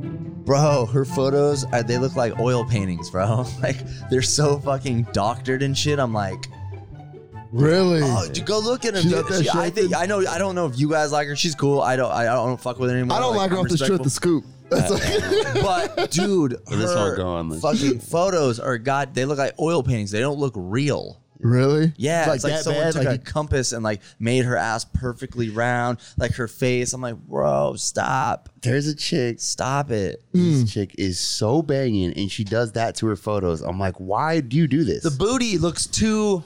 Bro, her photos are, they look like oil paintings, bro. Like they're so fucking doctored and shit. I'm like, Really? oh, dude, go look at her. She's dude. out there She- I think shaking? I know. I don't know if you guys like her. She's cool. I don't. I don't fuck with her anymore. I don't like her I'm off the strip, the respectful. scoop. That's But dude, Well, this all her go on the- fucking photos are god. They look like oil paintings. They don't look real. really? Yeah, Like it's like that someone bad? took Like a compass and like made her ass perfectly round, like her face. I'm like, bro, stop, There's a chick. stop it. This chick is so banging, and she does that to her photos. I'm like, why do you do this? The booty looks too,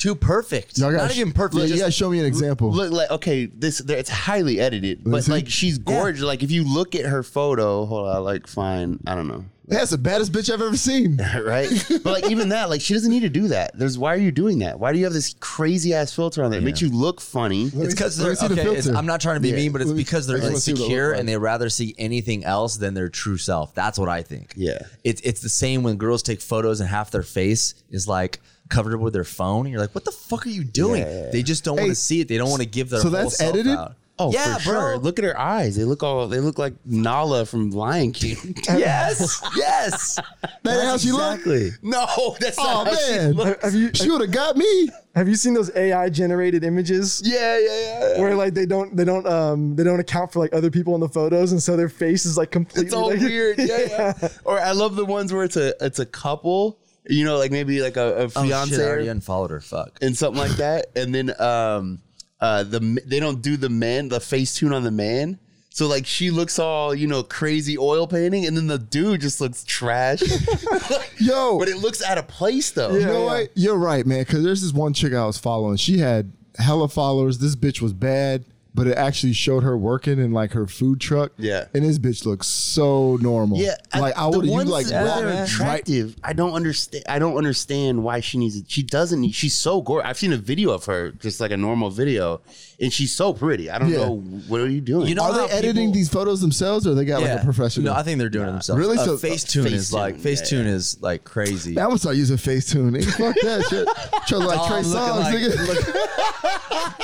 too perfect. Y'all gotta Not sh- even perfect. Yeah, you just- gotta show me an example. Look like okay, this there, it's highly edited, but see. like she's gorgeous. Like if you look at her photo, hold on, like fine, I don't know, That's the baddest bitch I've ever seen. right? but like even that, like she doesn't need to do that. There's why are you doing that? Why do you have this crazy ass filter on that? It makes you look funny. it's because Let they're me see okay, the it's- filter. I'm not trying to be Yeah, mean, but it's let me- because they're I just wanna see what it insecure look like. and they rather see anything else than their true self. That's what I think. Yeah. it's it's the same when girls take photos and half their face is like covered up with their phone. And you're like, what the fuck are you doing? They just don't want Hey, to see it. They don't want to give their. so whole that's self edited? out. Oh yeah, for bro. sure. Look at her eyes. They look all. They look like Nala from Lion King. yes, yes. That how she look? exactly. No, that's Oh not how she man, looks. Have you she would have got me. have you seen those AI generated images? Yeah, yeah, yeah. Where like they don't they don't um they don't account for like other people in the photos and so their face is like completely It's all like- weird. Yeah, yeah. Or I love the ones where it's a it's a couple. You know, like maybe like a, a Oh, shit, fiance I or- already unfollowed her. Fuck. and something like that. And then um uh the m- they don't do the man the face tune on the man. So like she looks all you know crazy oil painting, and then the dude just looks trash. Yo, but it looks out of place though. you know what? You're right, man. Because there's this one chick I was following. She had hella followers. This bitch was bad, but it actually showed her working in like her food truck. Yeah. and this bitch looks so normal. Yeah, like I, the would you ones like that wrap- are right- attractive. I don't understand. I don't understand why she needs it. She doesn't need. She's so gorgeous. I've seen a video of her, just like a normal video, and she's so pretty. I don't Yeah. know what are you doing. You know Are how they editing people- these photos themselves, or they got like a professional? No, I think they're doing it themselves. Really? Uh, So- Facetune is Facetune, like yeah, Facetune is like crazy. Man, I'm gonna start using Facetune. Nigga, fuck that shit. Try to like Oh, Trey I'm looking Songz, like- nigga.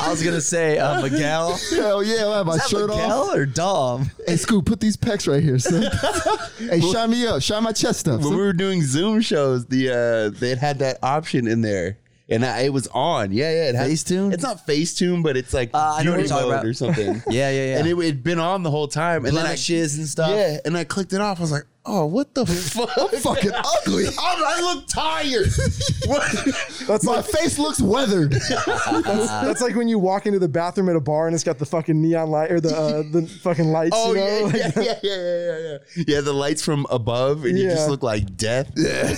I was gonna say uh, Miguel. Hell yeah, I have my Is that shirt off. Miguel or Dom? Hey, Scoop, put these pecs right here, son. hey, shine me up. Shine my chest up. when son. we were doing Zoom shows, the uh, they had that option in there, and I, it was on. Yeah, yeah. It had, Facetune? It's not Facetune, but it's like Uh, I know what you're beauty talking mode about. or something. Yeah, yeah, yeah. And it had been on the whole time, and then I. Blemishes and stuff. Yeah, and I clicked it off. I was like, "Oh, what the fuck? I'm fucking ugly. I look tired. what? That's My like face looks weathered. Uh. that's like when you walk into the bathroom at a bar and it's got the fucking neon light or the uh, the fucking lights. Oh you know? yeah, Like, yeah, yeah, yeah, yeah, yeah, yeah. Yeah, the lights from above, and you Yeah. just look like death. Yeah,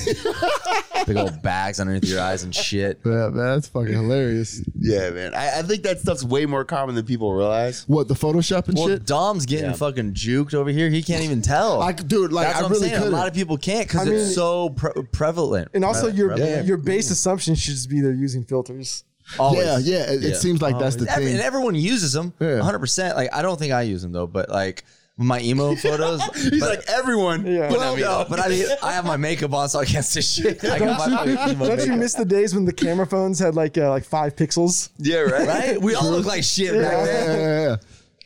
Big old bags underneath your eyes and shit. Yeah, man, that's fucking hilarious. yeah, man. I, I think that stuff's way more common than people realize. What the Photoshop and Well, shit? Dom's getting fucking juked over here. He can't even tell. I dude, like That's I what really I'm saying. could. A lot of people can't because I it's mean- so pre- prevalent. And also Pre- your prevalent. your base assumption should just be they're using filters. Always. yeah, yeah. It, it Yeah. seems like that's the Ev- thing. and everyone uses them. Yeah. 100%. Like I don't think I use them though, but like my emo photos. He's but- like everyone. Yeah. but Well, not me. no, but I mean, I have my makeup on, so I can't see shit. I got my fucking emo Don't you makeup. miss the days when the camera phones had like uh, like five pixels? yeah, right. Right? We all look like shit back yeah, then. yeah, yeah, yeah.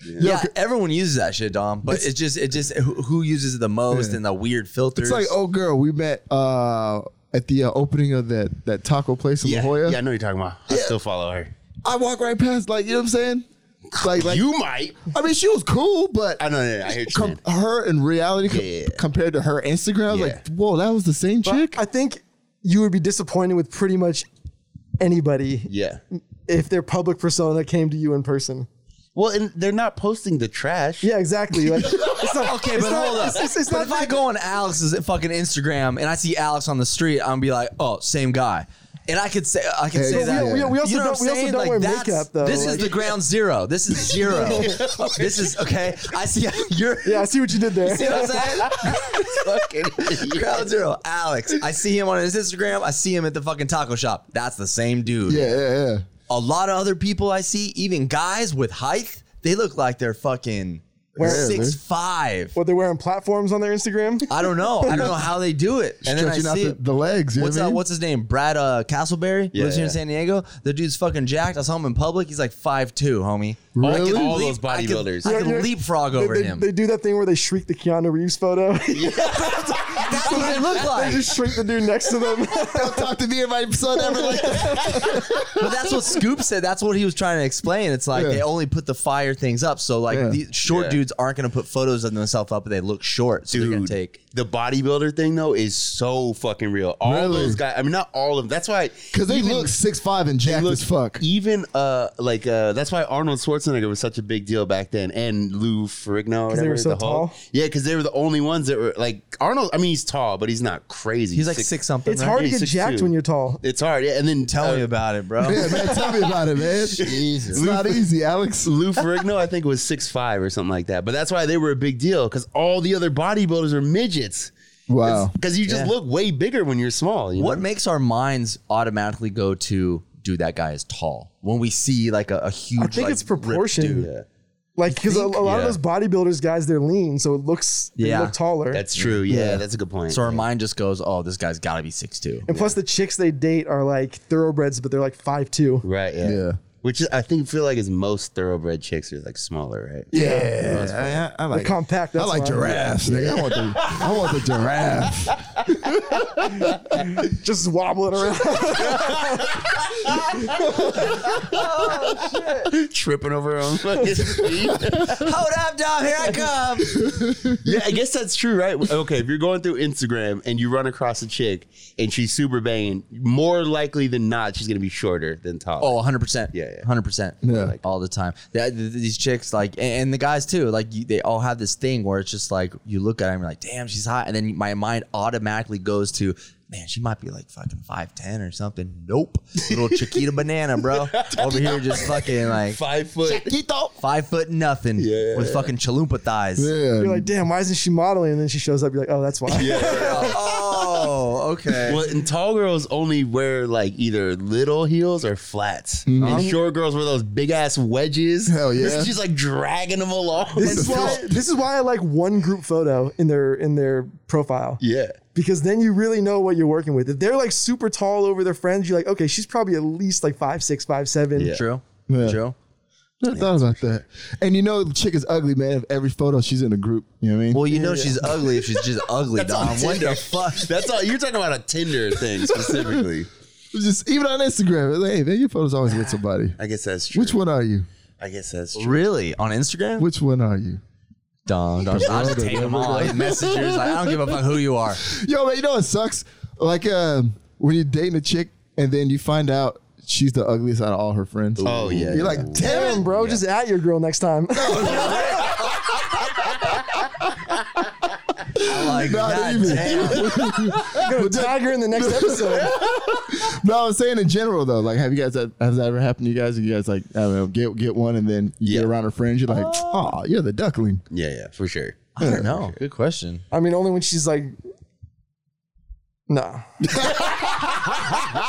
Yo, Yeah, everyone uses that shit, Dom. But it's, just it just who who uses it the most Yeah. and the weird filters. It's like, oh girl, we met uh, at the uh, opening of that that taco place in Yeah, La Jolla. yeah, I know you're talking about. I still follow her. I walk right past, like you know what I'm saying. Like, like you might. I mean, she was cool, but I know. No, no, I hear you. com- her in reality com- Yeah. compared to her Instagram, I was Yeah. like, whoa, that was the same chick. I think you would be disappointed with pretty much anybody yeah. if their public persona came to you in person. Well, and they're not posting the trash. Yeah, exactly. Like, it's not, okay, it's but not- hold up. It's, it's, it's but not if I go on Alex's fucking Instagram and I see Alex on the street, I'm gonna be like, oh, same guy. And I could say I could Hey, say we- that. we- we also you know don't- we what I'm also saying? don't like, wear that's- makeup, though, This like- is the ground zero. This is zero. this is okay. I see you're yeah, I see what you did there. See what I'm saying? Fucking- Ground zero, Alex. I see him on his Instagram. I see him at the fucking taco shop. That's the same dude. yeah, yeah, yeah. A lot of other people I see, even guys with height, they look like they're fucking Where- six five. What they're wearing platforms on their Instagram? I don't know. I don't know how they do it. And then I Stretching out see the, it. the legs. You what's know uh, what I mean? what's his name? Brad uh, Castleberry Yeah, lives here in yeah. San Diego. The dudede's fucking jacked. I saw him in public. He's like 5'2", homie. Really? I can Oh, All leap- those I can- bodybuilders. I Yeah, can yeah. leapfrog They, over they- him. they do that thing where they shrink the Keanu Reeves photo. they That's what I look like. just shrink the dude next to them. Don't talk to me and my son ever like that. But that's what Scoop said. That's what he was trying to explain. It's like Yeah. they only put the fire things up, so like Yeah. these short Yeah. dudes aren't going to put photos of themselves up. and They look short, so they're going Dude, to take. the bodybuilder thing though is so fucking real. All Really? those guys, I mean, not all of them. That's why Because they even- look six five and jacked look- as fuck. Even uh, like uh, that's why Arnold Schwarzenegger was such a big deal back then, and Lou Ferrigno. or they were whatever, so the Hulk. tall? Yeah, because they were the only ones that were like Arnold. I mean, he's tall, but he's not crazy. He's like six, something. it's right? hard to He's get 6'2". jacked when you're tall. It's hard, yeah. And then Tell uh, me about it, bro. Yeah, man, tell me about it, man. It's not easy, Alex. Lou Ferrigno, I think was six five or something like that. But that's why they were a big deal because all the other bodybuilders are midgets. Wow. Because you just Yeah. look way bigger when you're small. You What know? makes our minds automatically go to, dude, that guy is tall when we see like a, a huge? I think like, it's ripped proportion. dude. Yeah. Like, because a, a think? lot of Yeah. those bodybuilders guys, they're lean, so it looks they Yeah. look taller. That's true. Yeah, that's a good point. So our mind just goes, oh, this guy's got to be six two. and plus, the chicks they date are like thoroughbreds, but they're like five two. right? Yeah. Yeah. Which is, I think feel like is most thoroughbred chicks are like smaller, right? Yeah, I, I like compact, I that's like why. giraffes, nigga. I want the I want the giraffe. Just wobbling around. tripping over her own fucking feet. Hold up, dog. Here I come. yeah, I guess that's true, right? Okay, if you're going through Instagram and you run across a chick and she's super banging, more likely than not, she's gonna be shorter than tall. Oh, 100%. Yeah, yeah. 100%. Yeah. Like, all the time. They- th- these chicks, like, and, and the guys too, like, you, they all have this thing where it's just like, you look at them, you're like, damn, she's hot. And then my mind automatically goes to, man, she might be like fucking 5'10 or something. Nope. Little Chiquita banana, bro. Over here, just fucking like Oh, five foot. five foot nothing Yeah. with fucking chalupa thighs. Yeah. Um, You're like, damn, why isn't she modeling? And then she shows up. You're like, oh, that's why. Oh, okay. Well, and tall girls only wear like either little heels or flats, and short girls wear those big ass wedges. Hell yeah. she's like dragging them along. This is why. This is why I like one group photo in their in their profile. yeah, because then you really know what you're working with. If they're like super tall over their friends, you're like, okay, she's probably at least like five six, five seven. Yeah. True. Yeah. True. Never thought about that. And you know the chick is ugly, man. If every photo she's in a group, you know what I mean? Well, you know she's ugly if she's just ugly, Dom. on What the Tinder. fuck? that's all. You're talking about a Tinder thing specifically. just even on Instagram, it's like, hey man, your photo's always with somebody. I guess that's true. Which one are you? I guess that's true. Really? On Instagram? Which one are you? Dom, Dom, I'll just take them all. His messengers, like, I don't give a fuck who you are. Yo, man, you know what sucks? Like um, when you're dating a chick and then you find out she's the ugliest out of all her friends. Oh, yeah, You're yeah. like, damn Damn, bro, just at your girl next time. I'm like, Not God even. damn. Gonna tag her in the next episode. No, I'm saying in general though. Like, have you guys has that ever happened to you guys? You guys like, I don't know, get get one and then you Yeah. get around her friends, you're like, oh, you're the duckling. Yeah, yeah, for sure. I don't know. Good question. I mean, only when she's like, nah. I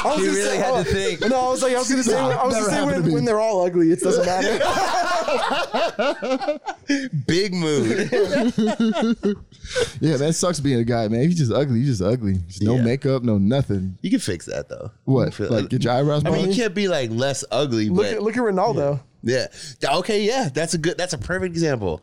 was He gonna really say- had to oh, think. No, I was like, I was gonna say, I was Never gonna say happened to when, me. when they're all ugly, it doesn't matter. Big move. Yeah, man, it sucks being a guy, man. If you just ugly, you just ugly. Just no Yeah. makeup, no nothing. you can fix that though. What? For- Like, get your eyebrows I mowed? mean, you can't be like less ugly, Look but at look at Ronaldo. yeah. Okay, yeah, that's a good. That's a perfect example.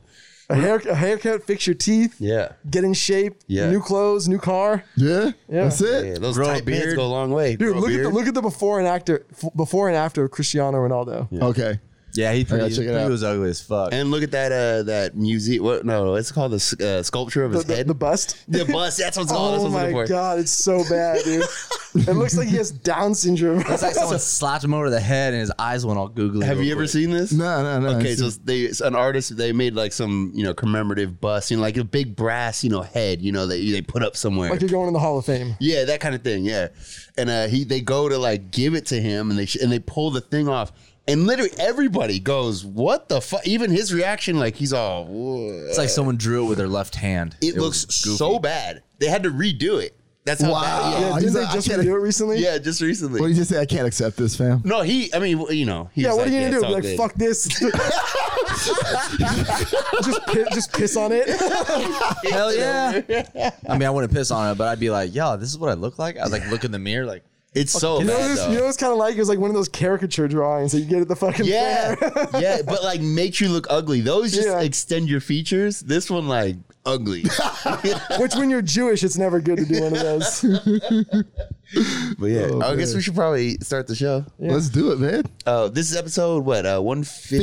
A, hair, a haircut, fix your teeth, Yeah, get in shape, Yeah. new clothes, new car. Yeah, Yeah. that's it. yeah those Grow a tight pants beard. go a long way. Dude, look at the look at the before and after f- before and after of Cristiano Ronaldo. Okay, Yeah, he, gotta pretty, check it he out. was ugly as fuck. and look at that uh that museum. What? No, it's called the s- uh, sculpture of The, his the, head. the bust. The bust. That's what's called. oh that's what I'm my looking for. god, it's so bad, dude. it looks like he has Down syndrome. it's like someone slapped him over the head and his eyes went all googly. Have real you ever quick. seen this? no, no, no. Okay, it's- so they it's an artist they made like some you know commemorative bust, you know, like a big brass you know head, you know that they put up somewhere. like you're going in the Hall of Fame. Yeah, that kind of thing. Yeah, and uh, he they go to like give it to him, and they sh- and they pull the thing off, and literally everybody goes, "What the fuck?" Even his reaction, like he's all, "Whoa." It's like someone drew it with their left hand. it, was looks goofy. so bad. They had to redo it. That's how Wow. bad. Yeah. Yeah, Oh, he's didn't they like, I just can't- redo it recently? yeah, just recently. What do you just say? I can't accept this, fam. no, he. I mean, you know. He Yeah, was what are you like, gonna do? "Yeah, Be like, it's all fuck this. just piss, just piss on it. Hell yeah. I mean, I wouldn't piss on it, but I'd be like, yo, this is what I look like. I would like look in the mirror, like, good." It's so You know, bad. what it's- though. you know what's kind of like? It was like one of those caricature drawings that you get at the fucking Yeah, fair. yeah, but like makes you look ugly. Those just Yeah. extend your features. This one like ugly, Which, when you're Jewish, it's never good to do one of those. but yeah. Oh, I guess man. we should probably start the show. Let's do it, man. Uh, this is episode what uh, one 52.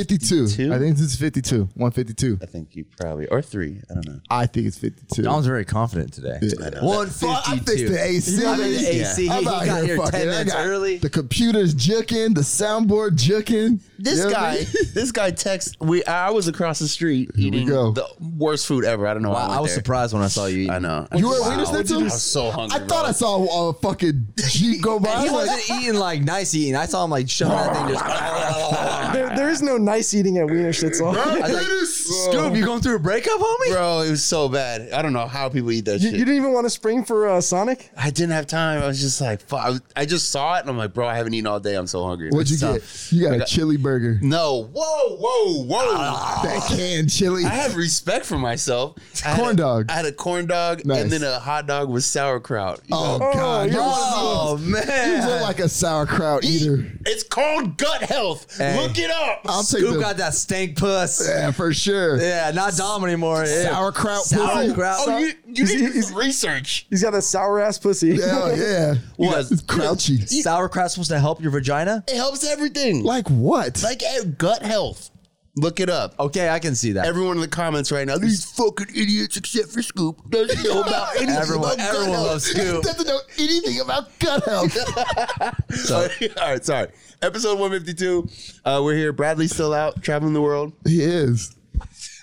fifty-two. I think this is 52. 152. I think you probably or three. I don't know. I think it's 52. John's very confident today. One Fuck, I fixed fifty-two. the AC. I fixed the AC. I'm He- he out got here 10 fucking- I minutes got- early. The computer's juking. The soundboard juking. This You know what I guy, mean? this guy texts. We I was across the street we eating go. the worst food ever. I don't know why. Wow, I, I was surprised when I Oh, saw you. I know. You were at Wow. Wiener Schnitzel? I was so hungry. I thought I saw a fucking jeep go by. He I was like, wasn't eating like nice eating. I saw him like shoving that thing. Just, I there, there is no nice eating at Wiener Schnitzel. was like, Scoop, you going through a breakup, homie? bro. It was so bad. I don't know how people eat that you, shit. you didn't even want to spring for uh, Sonic? I didn't have time. I was just like, fuck. I, was- I just saw it and I'm like, bro, I haven't eaten all day. I'm so hungry. What'd you It's tough. get? You got a chili burger. No. Whoa, whoa, whoa. That canned chili. I have respect for myself. I had Ah. Corn a- dog. I had a corn dog Nice. and then a hot dog with sauerkraut. You Oh, know? God. you're You one look- Oh you look man, like a sauerkraut eater. It's called gut health. Hey. Uh, Look it up. I'll take Scoop the- got that stank puss. Yeah, for sure. Yeah, not Dom anymore. Yeah. Sauerkraut pussy. Sauerkraut. oh, you, you Is did he- is- research. He's got that sour ass pussy. Hell yeah. You What? got- It's crouchy. Sauerkraut's supposed to help your vagina? It helps everything. Like, Like what? eh, gut health. Look it up. Okay, I can see that. Everyone in the comments right now, these fucking idiots except for Scoop doesn't know about anything Everyone- about gut everyone health. loves Scoop. doesn't know anything about gut health. All right, sorry. Episode 152. Uh, we're here. Bradley's still out traveling the world. he is.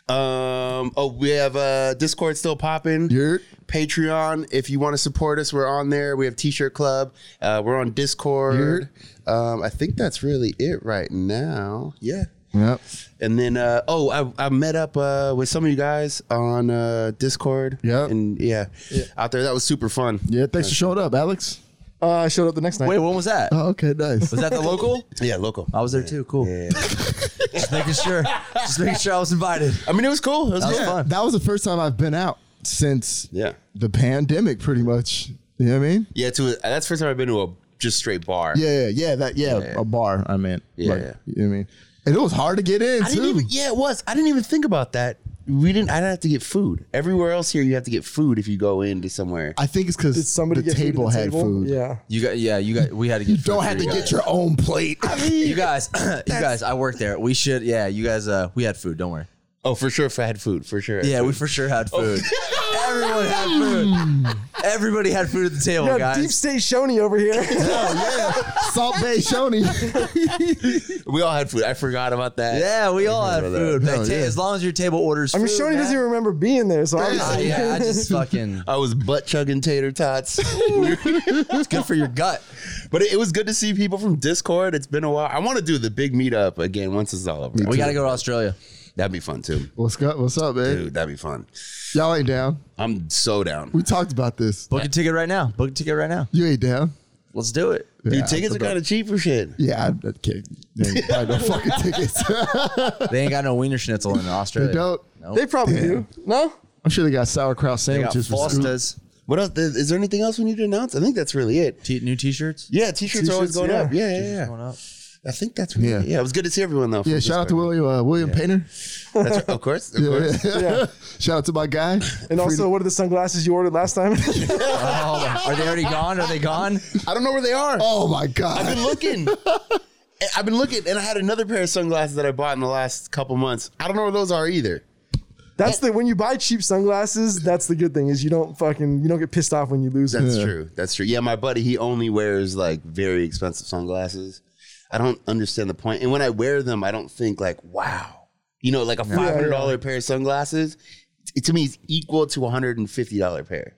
Um, oh, we have uh, Discord still popping. You're Patreon, if you want to support us, we're on there. We have T-shirt club. Uh, we're on Discord. Um, I think that's really it right now. Yeah. Yep. And then, uh, oh, I, I met up uh, with some of you guys on uh, Discord. Yeah. And yeah, out there, that was super fun. Yeah, thanks for showing up, Alex. Uh, I showed up the next night. Wait, when was that? Oh, okay, nice. Was that the local? Yeah, local. I was there too. Cool. just making sure. Just making sure I was invited. I mean, it was cool. It was That was good. fun. that was the first time I've been out since Yeah. the pandemic, pretty much. You know what I mean? Yeah, to a, that's the first time I've been to a just straight bar. Yeah, yeah, yeah, that yeah, a bar. I meant, Yeah, Like, yeah. You know what I mean? And it was hard to get in I too. didn't even, yeah, it was. I didn't even think about that. We didn't. I didn't have to get food. Everywhere else here, you have to get food if you go into somewhere. I think it's Did because somebody the get food at table the had table? food. Yeah. You got yeah, you got we had to get You don't have to get your own plate. You guys, you guys, I worked there. We should yeah, you guys uh we had food, don't worry. Oh, for sure, if I had food, for sure. Yeah, we for sure had food. Everyone had food. Everybody had food at the table, Yeah, deep Oh, guys. state Shoney over here. Salt Bay Shoney. we all had food. I forgot about that. Yeah, we all had food. Hell Like, ta- yeah. As long as your table orders I mean, food, Shoney man. doesn't even remember being there, so Ah, obviously. yeah, I just fucking. I was butt chugging tater tots, It's good for your gut. but it, it was good to see people from Discord. It's been a while. I want to do the big meetup again once it's all over. We gotta go to Australia. That'd be fun too, what's up? What's up, man? dude. That'd be fun. Y'all ain't down. I'm so down. We talked about this. Book a ticket right now. Book a ticket right now. You ain't down. Let's do it. Dude, Yeah, tickets are kind of cheap for shit. Yeah, I'm not kidding. They ain't buy no fucking tickets. They ain't got no wiener schnitzel in Australia. They don't. Nope. They probably do. No? I'm sure they got sauerkraut They got sandwiches. for school. Foster's. What else? Is there anything else we need to announce? I think that's really it. T- new T-shirts. Yeah, t-shirts, are always T-shirts, going yeah. up. Yeah, yeah, yeah. Going up. I think that's really Yeah. yeah. It was good to see everyone though. Yeah, from shout out to Discord. William, uh, William Painter. That's right. Of course, of Yeah, course. yeah. Yeah. shout out to my guy. And also, what are the sunglasses you ordered last time? Oh, are they already gone? Are they gone? I don't know where they are. Oh my I've god. been looking. And I've been looking, and I had another pair of sunglasses that I bought in the last couple months. I don't know where those are either. That's the when you buy cheap sunglasses. That's the good thing is you don't fucking you don't get pissed off when you lose That's them. true. That's true. Yeah, my buddy, he only wears like very expensive sunglasses. I don't understand the point. And when I wear them, I don't think like, wow, you know, like a five hundred dollar pair of sunglasses. t- To me, it's equal to a hundred and fifty dollar pair.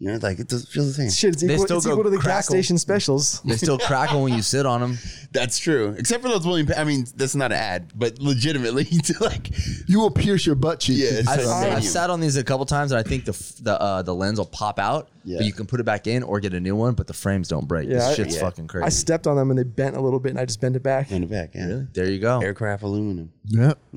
You know, like it doesn't feel the same. Shit, it's They equal, still it's go equal to the gas crackle. station specials. They still crackle when you sit on them. That's true. Except for those William. Pe- I mean, that's not an ad, but legitimately, like You will pierce your butt cheek. Yeah, it's I've, Put it on I've menu. sat on these a couple times, and I think the f- the uh, the lens will pop out, Yeah. but you can put it back in or get a new one. But the frames don't break. Yeah, I- this shit's yeah. fucking I crazy. stepped on them and they bent a little bit, and I just bent it back. in the back. Yeah. there you go. Aircraft aluminum. Yeah.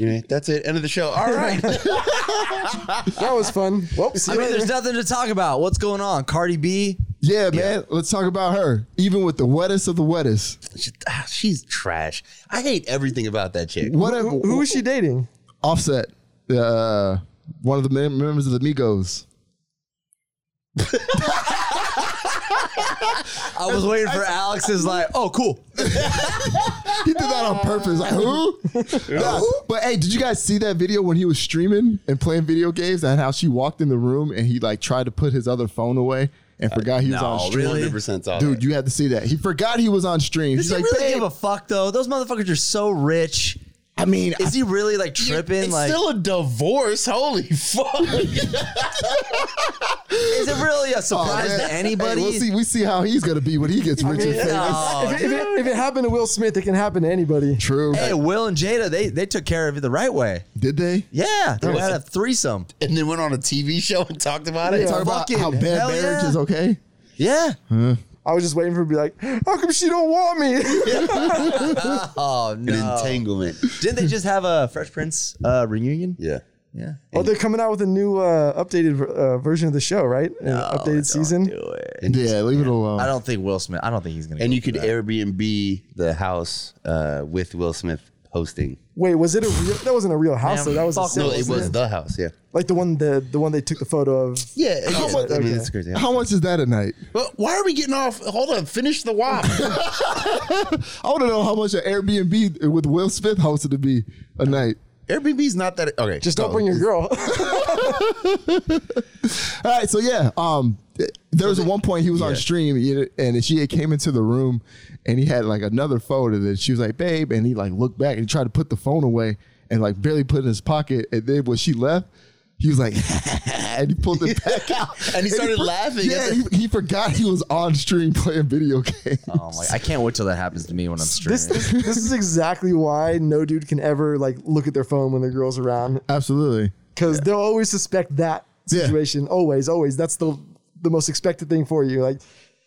Anyway, that's it. End of the show. All right. That was fun. Well, see I you mean, later. there's nothing to talk about. What's going on, Cardi B? Yeah, man. Let's talk about her. Even with the wettest of the wettest. She- ah, she's trash. I hate everything about that chick. What a- Who- who is she dating? Offset, uh, one of the mem- members of the Migos. I was waiting for Alex's like, oh, cool. He did that on purpose. Like, who? Nah, but hey, did you guys see that video when he was streaming and playing video games and how she walked in the room and he like tried to put his other phone away and forgot he was on no, stream? really? 100% solid. Dude, you had to see that. He forgot he was on stream. Does he He's like, really "Babe, give a fuck though? Those motherfuckers are so rich. I mean, Is he really like tripping? it's like, still a divorce. Holy fuck. is it really a oh, surprise man. to anybody? Hey, we'll see. We see how he's gonna be when he gets rich and mean, famous. No, if, it, if, it, if it happened to Will Smith, it can happen to anybody. True. Hey, Will and Jada, they they took care of it the right way. Did they? Yeah, they had a threesome. and then went on a TV show and talked about it. Yeah. Talk about fucking how bad hell marriage yeah. is okay. Yeah. I was just waiting for her to be like, how come she don't want me? Oh An no! entanglement. Didn't they just have a Fresh Prince uh, reunion? Yeah. Yeah. oh, they're coming out with a new uh, updated ver- uh, version of the show, right? An Oh, don't updated season. do it. And, Yeah, leave it alone. I don't think Will Smith. I don't think he's gonna. and go you for could that. Airbnb the house uh, with Will Smith hosting. Wait, was it a real? That wasn't a real Man, house, though. That was a fuck set, No, it wasn't was the house. Yeah. like the one the the one they took the photo of. Yeah. How much- I mean, okay. it's crazy. How much is that a night? But why are we getting off? Hold on. Finish the wop. I want to know how much an Airbnb with Will Smith hosted to be a night. Airbnb's not that. Okay. Just don't no. bring your girl. All right, so yeah, um, th- there was at one point he was on stream you know, and she had came into the room and he had like another phone and then she was like, "Babe," and he like looked back and he tried to put the phone away and like barely put it in his pocket and then when she left. He was like, and he pulled it back out, And he started for- laughing. Yeah, he, he forgot he was on stream playing video games. Oh my! I can't wait till that happens to me when I'm streaming. this, this this is exactly why no dude can ever like look at their phone when their girl's around Absolutely. because they'll always suspect that Yeah. situation. Always, always. That's the the most expected thing for you. Like,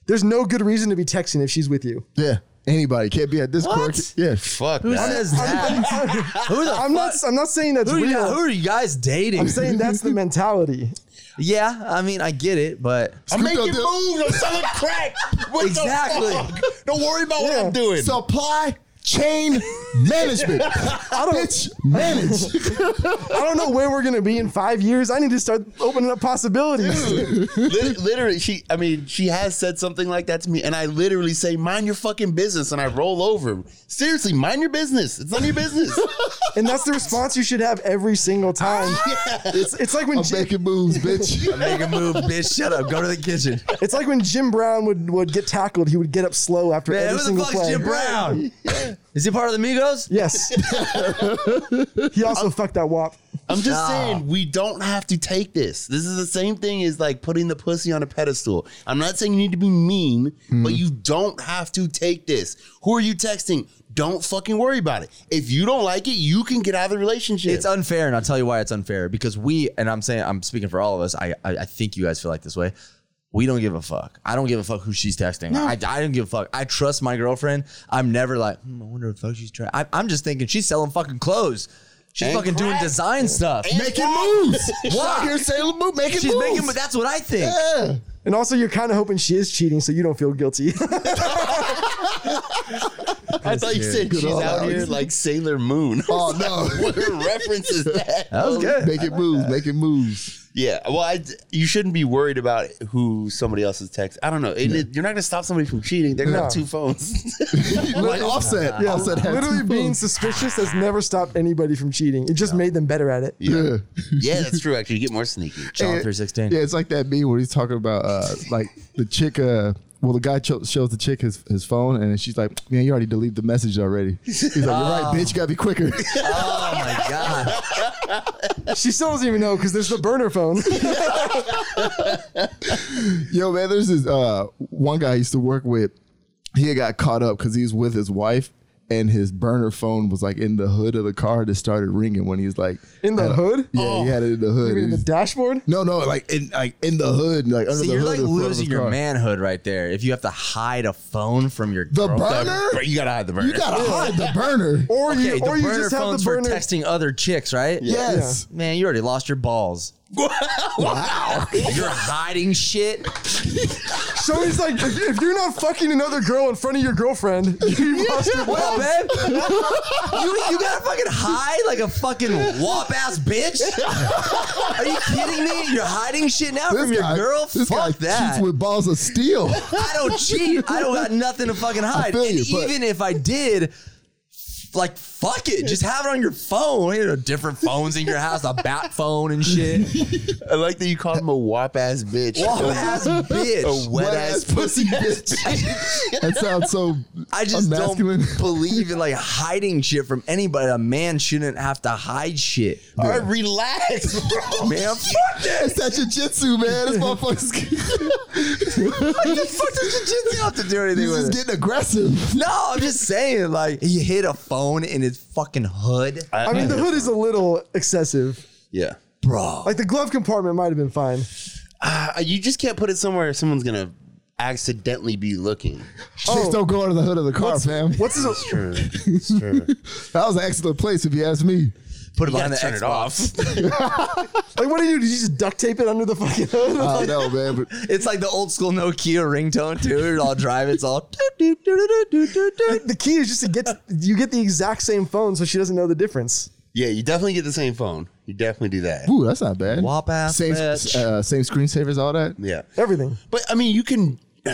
there's no good reason to be texting if she's with you. Yeah, anybody can't be at this What? quirky. Yeah, Fuck. Who that. says that? Who the I'm not. fuck- I'm not saying that's Who, are you- real. who are you guys dating? I'm saying that's the mentality. yeah, I mean, I get it, but I'm Scoop making don't do- moves. I'm selling crack. What Exactly. the fuck? Don't worry about what Yeah. I'm doing. supply chain management. Bitch, manage. I don't know where we're gonna be in five years. I need to start opening up possibilities. Lit- literally, she. I mean, she has said something like that to me, and I literally say, "Mind your fucking business," and I roll over. Seriously, mind your business. It's none of your business. and that's the response you should have every single time. It's, it's like when I'm Jim, making moves, bitch. make a move, bitch. Shut up. Go to the kitchen. it's like when Jim Brown would, would get tackled, he would get up slow after Man, every who the single fuck's play. Jim Brown? Is he part of the Migos? Yes. he also fucked that wop. I'm just Ah. saying we don't have to take this. This is the same thing as like putting the pussy on a pedestal. I'm not saying you need to be mean, but you don't have to take this. Who are you texting? Don't fucking worry about it. If you don't like it, you can get out of the relationship. It's unfair, and I'll tell you why it's unfair. Because we, and I'm saying, I'm speaking for all of us. I, I, I think you guys feel like this way. We don't give a fuck. I don't give a fuck who she's texting. I, I don't give a fuck. I trust my girlfriend. I'm never like, hmm, I wonder what the fuck she's trying. I, I'm just thinking she's selling fucking clothes. She's And fucking doing crack. design stuff. making moves. Why? Here, Sailor Moon, making she's moves. making, but that's what I think. yeah. And also, you're kind of hoping she is cheating so you don't feel guilty. I thought you said Good she's old out Alex. here like Sailor Moon. Oh no. what reference is that? That was good. making moves, making moves. Yeah. Well, I, you shouldn't be worried about who somebody else is texting. I don't know. It- it- you're not going to stop somebody from cheating. They're going to have No. two phones. like offset. yeah, offset had literally two being phones. suspicious has never stopped anybody from cheating. It just made them better at it. yeah. yeah, that's true. Actually, you get more sneaky. John Yeah. three sixteen. Yeah, it's like that meme where he's talking about uh, like the chick. Uh, well, the guy cho- shows the chick his, his phone, and she's like, "Man, you already deleted the message already." He's like, "You're right, bitch. You gotta be quicker." Oh my god. she still doesn't even know because there's the burner phone. Yo, man, there's this uh, one guy I used to work with. He had got caught up because he was with his wife, and his burner phone was like in the hood of the car that started ringing when he was like In the had a- hood? Yeah, he had it in Oh. the hood. You mean He the was- dashboard? no, no, like in like in the hood, like under See, the you're hood. like in front of his losing your car. manhood right there. If you have to hide a phone from your The girl- burner? bur- you gotta hide the burner. You gotta hide the burner. Or okay, you, the or you burner just have phones the burner. for texting other chicks, right? Yes. Man, you already lost your balls. Wow. You're hiding shit. So he's like, if, if you're not fucking another girl in front of your girlfriend, you lost your Well, balls. babe, you, you gotta fucking hide like a fucking wop ass bitch. Are you kidding me? You're hiding shit now from your girl. this guy Fuck that. cheats with balls of steel. I don't cheat. I don't got nothing to fucking hide. feel And you, but- even if I did, like fuck it, just have it on your phone. You know, different phones in your house, a bat phone and shit. I like that you called him a wop ass bitch. Wop ass A bitch. wet ass pussy bitch. That sounds so. I just don't unmasculine. believe in like hiding shit from anybody. A man shouldn't have to hide shit. All right, relax, bro. Man, fuck that. It's that jujitsu, man. This motherfucker's What the fuck does the jitsu have to do anything he's with just it? getting aggressive. No, I'm just saying, like, he hid a phone in his fucking hood. I mean, the hood is a little excessive. yeah. Bro. Like the glove compartment might have been fine. Uh, you just can't put it somewhere someone's gonna accidentally be looking. Chicks don't go under the hood of the car, fam. What's his? It's true. It's true. That was an excellent place, if you ask me. put it You behind gotta the turn Xbox. it off. Like, what do you do? Did you just duct tape it under the fucking hood? Uh, I know, man. But It's like the old school Nokia ringtone too. It'll all drive. It's all. doo, doo, doo, doo, doo, doo, doo, doo. the key is just to get you get the exact same phone, so she doesn't know the difference. Yeah, you definitely get the same phone. You definitely do that. ooh, that's not bad. Wop ass same, bitch. uh, same screensavers, all that. Yeah. Everything. But I mean, you can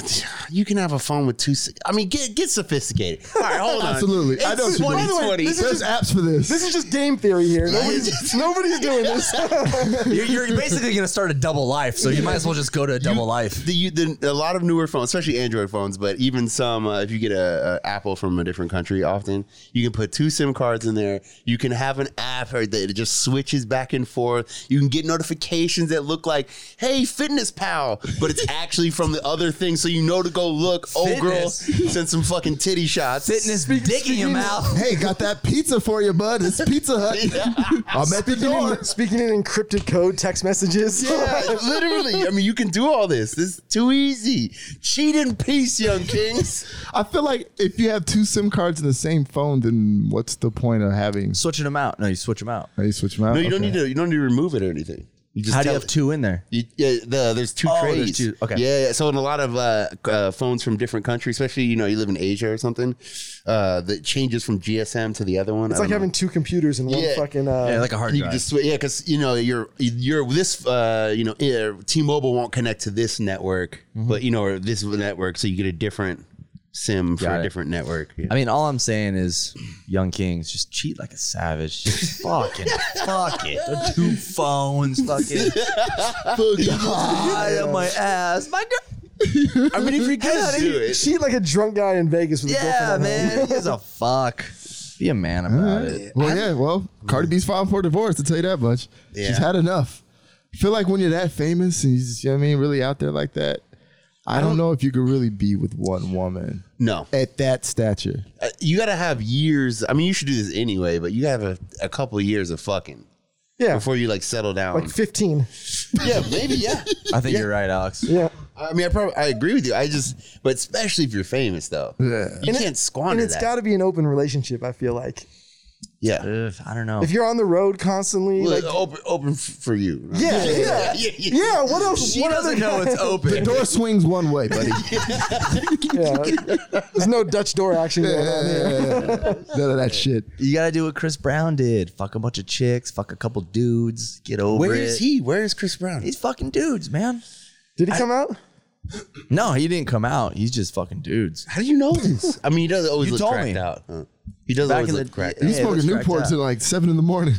you can have a phone with two. si- I mean, get get sophisticated. All right, hold on. Absolutely. I know It's what you mean. 2020. This is There's apps for this. This is just game theory here. Nobody's, nobody's doing this. You're, you're basically gonna start a double life, so you might as well just go to a double life. the, you- the, a lot of newer phones, especially Android phones, but even some, uh, if you get a, a Apple from a different country, often you can put two SIM cards in there. You can have an app or that it just switches back and forth. You can get notifications that look like, "Hey, Fitness Pal," but it's actually from the other thing, so you know to go look. Oh, girl, Fitness. send some fucking titty shots. Fitness dick in your mouth. hey, got that pizza for you, bud. It's Pizza Hut. I'm at the Speaking door. in, speaking in encrypted code text messages. Yeah, literally. I mean, you can do all this. This is too easy. Cheat in peace, young kings. I feel like if you have two SIM cards in the same phone, then what's the point of having? Switching them out. No, you switch them out. Are you switching them out? No, you don't need to. You don't need to remove it or anything. You just How do you tell have it. two in there? You, yeah, the, there's two Oh, there's trays. two. Okay. Yeah, yeah. So in a lot of uh, c- uh, phones from different countries, especially you know you live in Asia or something, uh, that changes from GSM to the other one. It's like having two computers in one Yeah. fucking. Uh, Yeah, like a hard You can drive. just swi- yeah, because you know you're you're this uh you know eh, T-Mobile won't connect to this network, Mm-hmm. but you know or this network, so you get a different SIM for Got a it. different network. Yeah. I mean, all I'm saying is, young kings just cheat like a savage. Just fucking, fuck it. The two phones, fucking. Hide on my ass, my girl. I mean, if you Yeah, guys they Cheat like a drunk guy in Vegas with a girlfriend. Yeah, at home. man. He gives a fuck. Be a man about it. Well, yeah. Well, Cardi B's filed for divorce. To tell you that much, Yeah. she's had enough. I feel like when you're that famous and you, just, you know what I mean, really out there like that, I, don't, know if you could really be with one woman no, at that stature. Uh, you gotta have years. I mean, you should do this anyway, but you have a, a couple years of fucking Yeah. before you like settle down. like 15. yeah, maybe. Yeah, I think you're right, Alex. Yeah. I mean, I probably I agree with you. I just, but especially if you're famous though, Yeah. you can't And squander it's that. got to be an open relationship, I feel like. yeah, Ugh, I don't know. If you're on the road constantly, Well, like. open open f- for you. right? Yeah, yeah, yeah, yeah. yeah. What else? she what doesn't know it's The open. door swings one way, buddy. Yeah. There's no Dutch door action going on here. None of that shit. You gotta do what Chris Brown did: fuck a bunch of chicks, fuck a couple dudes, get over Where it. is he? Where is Chris Brown? He's fucking dudes, man. Did he come out? No, he didn't come out. He's just fucking dudes. How do you know this? I mean, he doesn't always You look told cracked me. out. huh? He doesn't Back always in look the- cracked. yeah. You out. Hey, smoking let's crack Newport that. till like seven in the morning.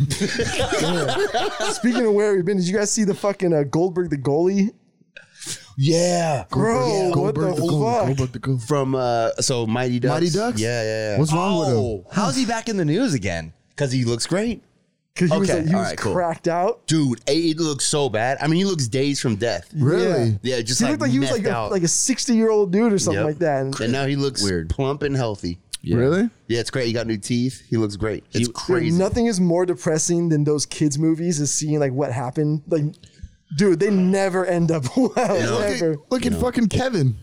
Speaking of where we've been, did you guys see the fucking uh, Goldberg the goalie? Yeah, Oh, Bro, what Goldberg the the goalie, fuck? Goldberg the goalie. uh, from uh, so Mighty Ducks. Mighty Ducks? Yeah, Oh. yeah. yeah. What's wrong with him? how's he back in the news again? Because he looks great. because he was, Okay, he all was right, cool. cracked out. Dude, A, it looks so bad. I mean, he looks dazed from death. Really? Yeah, just He like, looked like he was messed like a, out. like a sixty year old dude or something Yep. like that. And and now he looks Weird. plump and healthy. Yeah. Really? Yeah, it's great. He got new teeth. He looks great. It's He- crazy. Nothing is more depressing than those kids movies is seeing like what happened. Like, dude, they never end up well. Look Ever. at, look at fucking Kevin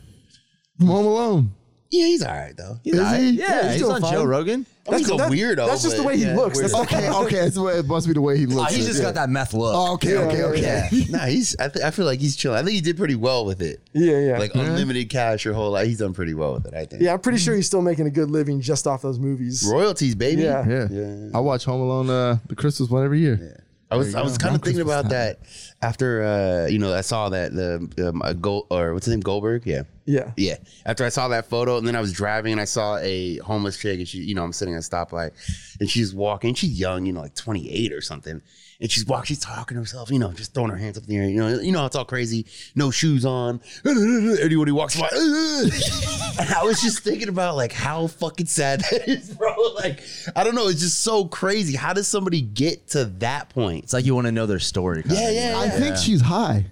from Home Alone. yeah, he's all right though. He's Is all right. he? Yeah, Yeah, he's, he's on doing fine. Joe Rogan. I mean, he's a that- weirdo. That's just the but- way he yeah, looks. That's weird. not- Okay, okay, that's the way it must be the way he looks. he just Yeah. got that meth look. Oh, okay, okay, okay. yeah. nah, he's. I, th- I feel like he's chilling. I think he did pretty well with it. Yeah, yeah. Like unlimited cash, your whole life. He's done pretty well with it. I think. yeah, I'm pretty sure he's still making a good living just off those movies. Royalties, baby. Yeah. Yeah. I watch Home Alone uh, the Christmas one every year. I was I was kind of thinking Christmas about that after uh, you know I saw that the um, uh, Gol- or what's his name Goldberg yeah Yeah. yeah after I saw that photo and then I was driving and I saw a homeless chick and she you know I'm sitting at a stoplight and she's walking she's young you know like 28 or something and she's walking she's talking to herself you know just throwing her hands up in the air you know you know how it's all crazy no shoes on everybody walks by and I was just thinking about like how fucking sad that is bro like I don't know it's just so crazy how does somebody get to that point It's like you want to know their story. kinda. yeah, yeah, I yeah. think she's high.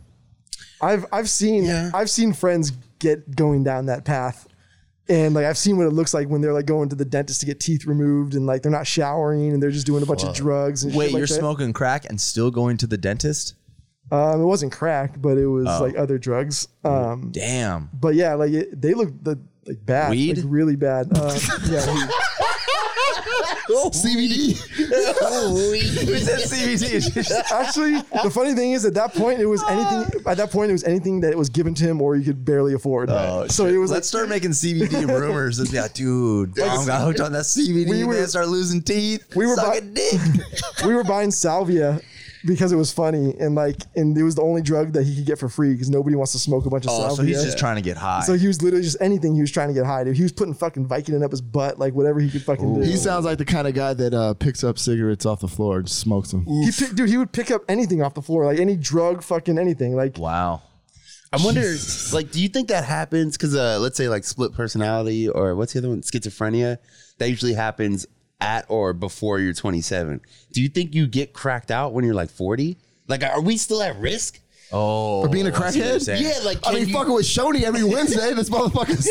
I've I've seen Yeah. I've seen friends get going down that path. And like I've seen what it looks like when they're like going to the dentist to get teeth removed and like they're not showering and they're just doing a bunch of drugs and Wait, shit like you're that. smoking crack and still going to the dentist? Um, it wasn't crack, but it Oh. was like other drugs. Mm. Um, Damn. but yeah, like it, they look the like bad, Weed? like really bad. Uh, yeah, weed. CBD. Is that CBD? actually, the funny thing is at that point it was anything. At that point it was anything that was given to him or he could barely afford. Oh, so it was like Let's start making CBD rumors. It's like, dude, Dom got hooked on that CBD. We We were- were, start losing teeth. we were suck bu- a dick. we were buying salvia because it was funny and like and it was the only drug that he could get for free because nobody wants to smoke a bunch of Oh, salvia. so he's just trying to get high. So he was literally just anything he was trying to get high. Dude. He was putting fucking Vicodin up his butt, like whatever he could fucking do. He sounds like the kind of guy that uh, picks up cigarettes off the floor and smokes them. he pick, dude, he would pick up anything off the floor, like any drug, fucking anything. Like wow. I wonder, like, do you think that happens? Because uh, let's say like split personality or what's the other one, schizophrenia. That usually happens at or before you're 27. Do you think you get cracked out when you're like 40? Like, are we still at risk? Oh. For being a I see what you're crackhead? saying. Yeah, like I can mean, you- fucking with Shoney every Wednesday. This motherfucker's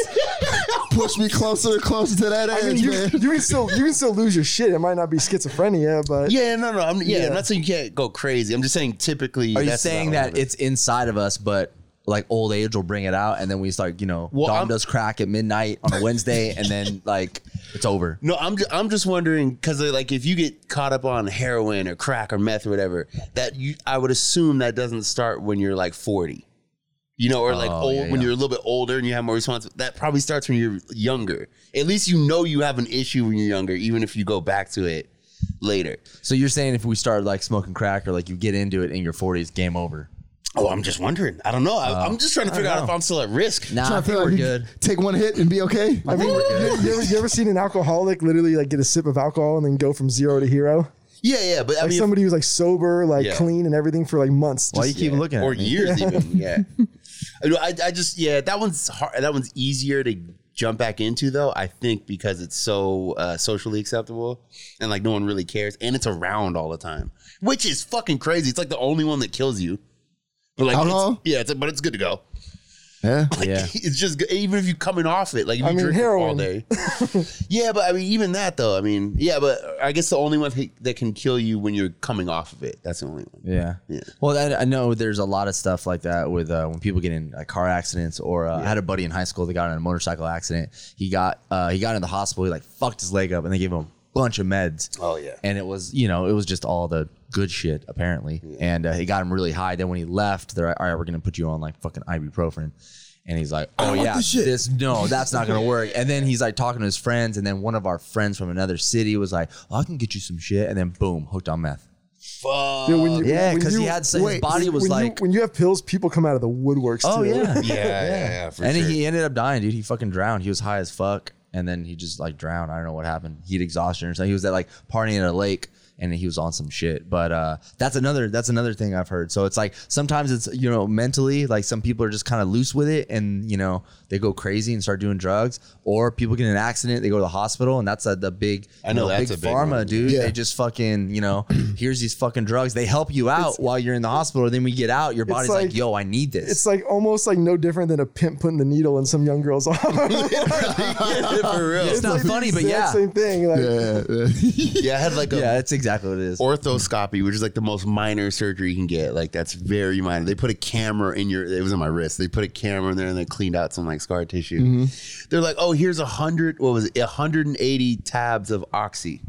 pushed me closer and closer to that edge, I mean, you, man. you can still you can still lose your shit. It might not be schizophrenia, but Yeah, no, no. I'm, yeah, Yeah. I'm not saying you can't go crazy. I'm just saying typically. Are you that's saying about that what it's inside of us, but like old age will bring it out, and then we start, you know, Well, Dom I'm- does crack at midnight on a Wednesday, and then like it's over. No, I'm ju- I'm just wondering because like if you get caught up on heroin or crack or meth or whatever, that you I would assume that doesn't start when you're like 40, you know, or like Oh, old yeah, when yeah. you're a little bit older and you have more response. That probably starts when you're younger. At least you know you have an issue when you're younger, even if you go back to it later. So you're saying if we start like smoking crack or like you get into it in your 40s, game over. Oh, I'm just wondering. I don't know. I, Uh, I'm just trying to figure out if I'm still at risk. Nah, I Trying think to feel like we're you good. Take one hit and be okay. I mean, we're you, good. you ever, you ever seen an alcoholic literally like get a sip of alcohol and then go from zero to hero? Yeah, yeah, but I Like mean, somebody who's like sober, like Yeah. clean and everything for like months. Why you Just- keep looking at or me? years even. Yeah, I, know, I, I just yeah that one's hard. That one's easier to jump back into though. I think because it's so uh, socially acceptable and like no one really cares, and it's around all the time, which is fucking crazy. It's like the only one that kills you. But like, it's, Alcohol? yeah, it's, but it's good to go. Yeah. Like, Yeah. it's just good. even if you coming off it, like if I you mean, drink it all heroin. day. yeah, but I mean, even that though. I mean, yeah, but I guess the only one that can kill you when you're coming off of it. That's the only one. Yeah. Yeah. Well, I, I know there's a lot of stuff like that with uh, when people get in like, car accidents, or uh, I had a buddy in high school that got in a motorcycle accident. He got uh, he got in the hospital. He like fucked his leg up, and they gave him a bunch of meds. Oh, yeah. And it was you know it was just all the good shit apparently, and uh, he got him really high. Then when he left, they're like, all right, we're gonna put you on like fucking ibuprofen. And he's like, "Oh yeah, this shit." this no, that's not gonna work." And then he's like talking to his friends, and then one of our friends from another city was like, oh, "I can get you some shit," and then boom, hooked on meth. Dude, when you- Uh, Yeah, when because he you- had his body was when like, you, when you have pills, people come out of the woodworks. oh too. yeah, Yeah, yeah, yeah. for and sure. he ended up dying, dude. He fucking drowned. He was high as fuck, and then he just like drowned. I don't know what happened. He had exhaustion or something. He was at like partying at a lake, and he was on some shit. But uh, that's another that's another thing I've heard. So it's like sometimes it's you know mentally like some people are just kind of loose with it, and you know they go crazy and start doing drugs, or people get in an accident, they go to the hospital, and that's uh, the big I know you that's big a big pharma one. dude. Yeah. They just fucking you know here's these fucking drugs. They help you out while you're in the hospital. Then we get out, your body's like, like- yo, I need this. It's like almost like no different than a pimp putting the needle in some young girl's arm. For real. It's not like the funny, but exact yeah. same thing. Like, Yeah, Yeah, I had like a Yeah, that's exactly what it is. orthoscopy, which is like the most minor surgery you can get. Like that's very minor. They put a camera in your. It was in my wrist. They put a camera in there and they cleaned out some like scar tissue. Mm-hmm. They're like, oh, here's a hundred. What was it? hundred and eighty tabs of oxy.